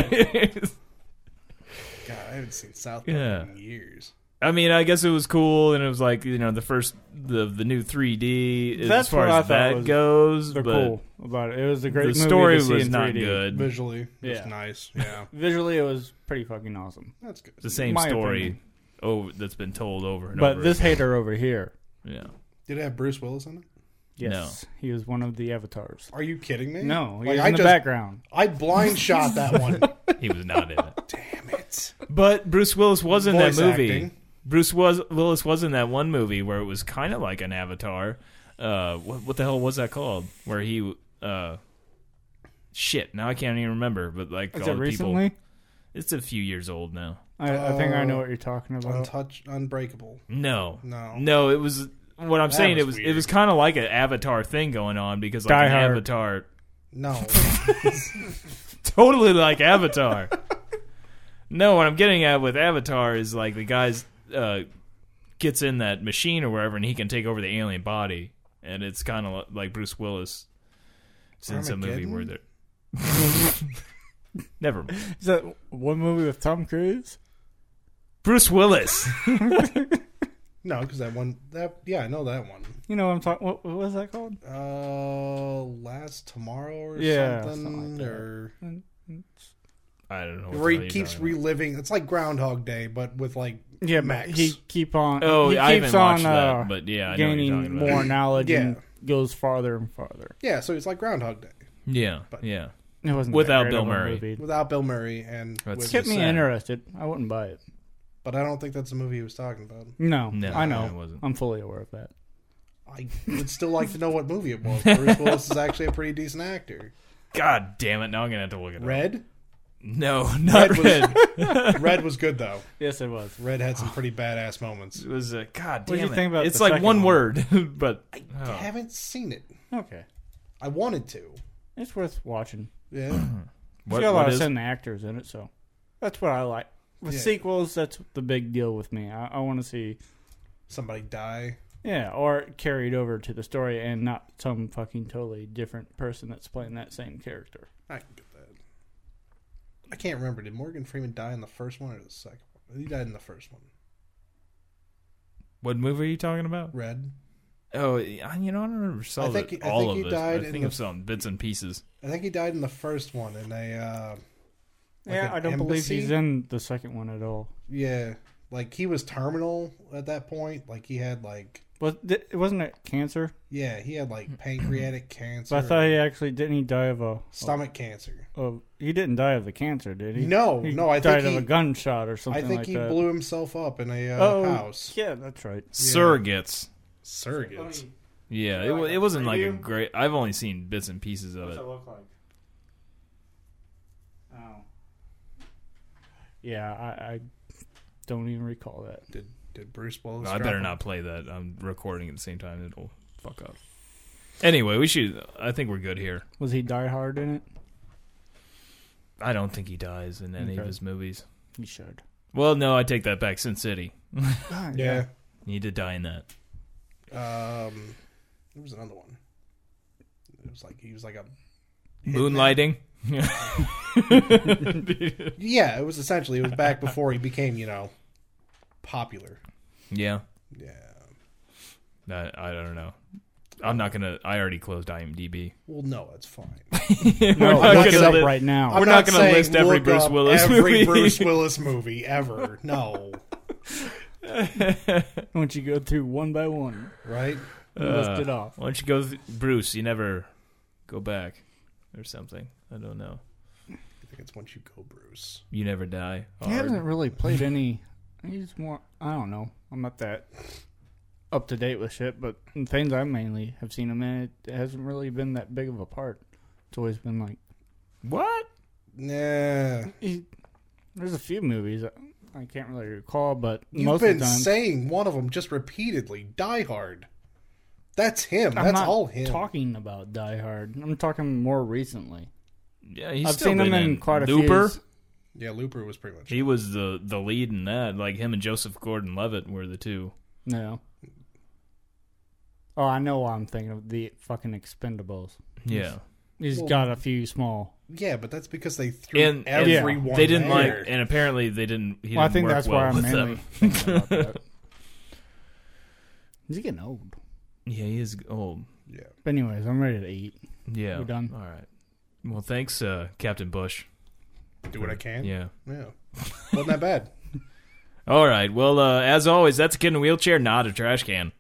C: I haven't seen South Park
D: Yeah.
C: in years.
D: I mean, I guess it was cool, and it was like you know the first the the new 3D as
E: That's
D: far
E: what I
D: as
E: thought
D: that
E: was-
D: goes.
E: They're
D: but
E: cool about it. It was a
D: The
E: great movie.
D: story
E: to see
D: was
E: in
D: not
E: 3D.
D: good.
C: Visually, it was
E: Yeah.
C: nice. Yeah,
E: Visually, it was pretty fucking awesome.
C: that's good.
D: the same
E: my
D: story
E: opinion.
D: over that's been told over and
E: But
D: over.
E: this hater over here,
D: yeah.
C: Did it have Bruce Willis in it?
E: yes, he was one of the avatars.
C: Are you kidding me?
E: No, he
C: like
E: was
C: I
E: in the
C: just
E: background.
C: I blind shot that one.
D: He was not in it.
C: Damn it!
D: But Bruce Willis was in
C: Voice
D: that movie.
C: acting.
D: Bruce was Willis was in that one movie where it was kind of like an Avatar. Uh, what, what the hell was that called? Where he, uh, shit. Now I can't even remember. But like
E: Is
D: all
E: it
D: the
E: recently?
D: people, it's a few years old now.
E: I, I think I know what you're talking about.
C: Untouch, unbreakable.
D: No,
C: No.
D: no. It was what I'm saying.
C: was
D: it was it
C: weird.
D: was kind of like an Avatar thing going on because like
E: Die
D: an
E: Hard.
D: Avatar,
C: No,
D: totally like Avatar. no, what I'm getting at with Avatar is like the guy's uh, gets in that machine or wherever, and he can take over the alien body, and it's kind of like Bruce Willis. It's in some movie
C: Armageddon?
D: where they're never mind.
E: Is that one movie with Tom Cruise?
D: Bruce Willis.
C: no, because that one. That yeah, I know that one.
E: You know what I'm talking. What, what was that called?
C: Uh, last tomorrow or
E: Yeah,
C: something,
E: something like that.
C: or
D: I don't know. What
C: where
D: the hell
C: he
D: you're
C: keeps
D: talking about.
C: reliving. It's like Groundhog Day, but with like
E: Yeah,
C: Max.
E: Max. He keep on.
D: Oh,
E: he
D: I
E: keeps
D: haven't watched
E: on uh,
D: that, but yeah, I know what you're
E: gaining
D: talking about.
E: more knowledge
C: Yeah.
E: and goes farther and farther.
C: yeah. So it's like Groundhog Day
D: Yeah, yeah.
E: It wasn't that
D: Without
E: great
D: Bill
E: of a
D: Murray.
E: movie.
C: without Bill Murray and.
D: That's
C: with-
D: just-
E: Kept me
D: sad.
E: interested. I wouldn't buy it.
C: but I don't think that's the movie he was talking about.
E: No,
D: No,
E: I
D: it
E: know.
D: wasn't.
E: I'm fully aware of that.
C: I would still like to know what movie it was. Bruce Willis is actually a pretty decent actor.
D: God damn it! Now I'm gonna have to look it up.
C: Red,
D: No, not
C: Red was-
D: red.
C: Red was good though.
E: Yes, it was.
C: Red had some pretty badass moments.
D: It was uh, God
E: What
D: damn
E: did you
D: it.
E: think about
D: it's
E: the
D: like
E: second
D: one
E: one?
D: word, but oh.
C: I haven't seen it.
E: Okay,
C: I wanted to.
E: it's worth watching.
C: Yeah.
E: It's got a lot of sudden actors in it, so that's what I like. With
C: Yeah.
E: sequels, that's the big deal with me. I, I want to see,
C: Somebody die.
E: yeah, or carried over to the story and not some fucking totally different person that's playing that same character.
C: I can get that. I can't remember. Did Morgan Freeman die in the first one or the second one? He died in the first one.
D: What movie are you talking about?
C: Red.
D: Oh, I- you know, I don't remember saw
C: I think
D: that-
C: he- I
D: all
C: think
D: of
C: he
D: it.
C: died
D: I think
C: in
D: of
C: the-
D: some bits and pieces.
C: I think he died in the first one in a. Uh, like
E: yeah,
C: an
E: I don't believe
C: embassy?
E: he's in the second one at all.
C: Yeah, like he was terminal at that point. Like he had like
E: Was th- wasn't it cancer?
C: Yeah, he had like pancreatic cancer.
E: So I thought he actually didn't he die of a
C: stomach cancer.
E: of he didn't die of the cancer, did he?
C: No,
E: He
C: no, I
E: died
C: think
E: of
C: he-
E: a gunshot or
C: I
E: something.
C: think
E: like
C: he
E: that.
C: blew himself up in a uh,
E: oh,
C: house.
E: Yeah, that's right.
D: Surrogates.
C: Surrogates.
D: Yeah, it, wa- it wasn't like a
E: Preview?
D: great. I've only seen bits and pieces of it.
E: look like? Oh. Yeah, I, I don't even recall that.
C: Did did Bruce blow? his
D: I
C: crap
D: better
C: up?
D: not play that. I'm recording at the same time. It'll fuck up. Anyway, we should. I think we're good here.
E: Was he Die Hard in it?
D: I don't think he dies in any of
E: Okay.
D: his movies.
E: He should.
D: Well, no, I take that back. Sin City.
C: Yeah.
D: He did die in that.
C: Um, there was another one. It was like he was like a
D: Moonlighting.
C: yeah. It was essentially it was back before he became you know popular.
D: yeah.
C: Yeah.
D: I, I don't know. I'm not gonna. I already closed IMDb.
C: Well, no, that's fine.
E: No,
D: We're not
E: look it
D: gonna
E: up
D: li-
E: right now.
D: We're not gonna
C: saying
D: list every
C: look
D: Bruce
C: up
D: Willis
C: every
D: movie.
C: Bruce Willis movie ever. No,
E: Why don't you go through one by one
C: right?
E: and list it off?
D: Why don't you go, th- Bruce? You never go back, or something. I don't know.
C: I think it's once you go, Bruce.
D: You never die.
E: He
D: Hard.
E: hasn't really played any. He's more. I don't know. I'm not that up to date with shit, but the things I mainly have seen him in, it hasn't really been that big of a part. It's always been like
D: What?
C: Nah,
E: he, there's a few movies I, I can't really recall, but
C: you've
E: most
C: been
E: of the time
C: saying one of them just repeatedly. Die Hard. That's him.
E: I'm
C: that's
E: not
C: all him.
E: talking about Die Hard. I'm talking more recently.
D: Yeah, he's
E: I've
D: still
E: seen
D: been
E: him in, quite a
D: Looper.
E: few.
C: Yeah, Looper was pretty much.
D: He was the the lead in that. Like him and Joseph Gordon-Levitt were the two.
E: No. Oh, I know why I'm thinking of the fucking Expendables.
D: Yeah,
E: He's got a few small
C: Yeah, but that's because they threw
D: and, and
C: everyone.
D: they didn't like,
C: there.
D: and apparently they didn't. He
E: Well, I
D: didn't
E: think
D: work
E: that's
D: well
E: why I'm
D: with
E: mainly
D: them.
E: thinking about that. He's getting old.
D: Yeah, he is old.
C: Yeah.
E: But anyways, I'm ready to eat.
D: Yeah,
E: We're done.
D: All right. Well, thanks, uh, Captain Bush.
C: Do what I can.
D: Yeah.
C: Yeah. Wasn't that bad.
D: All right. Well, uh, as always, that's a kid in a wheelchair, not a trash can.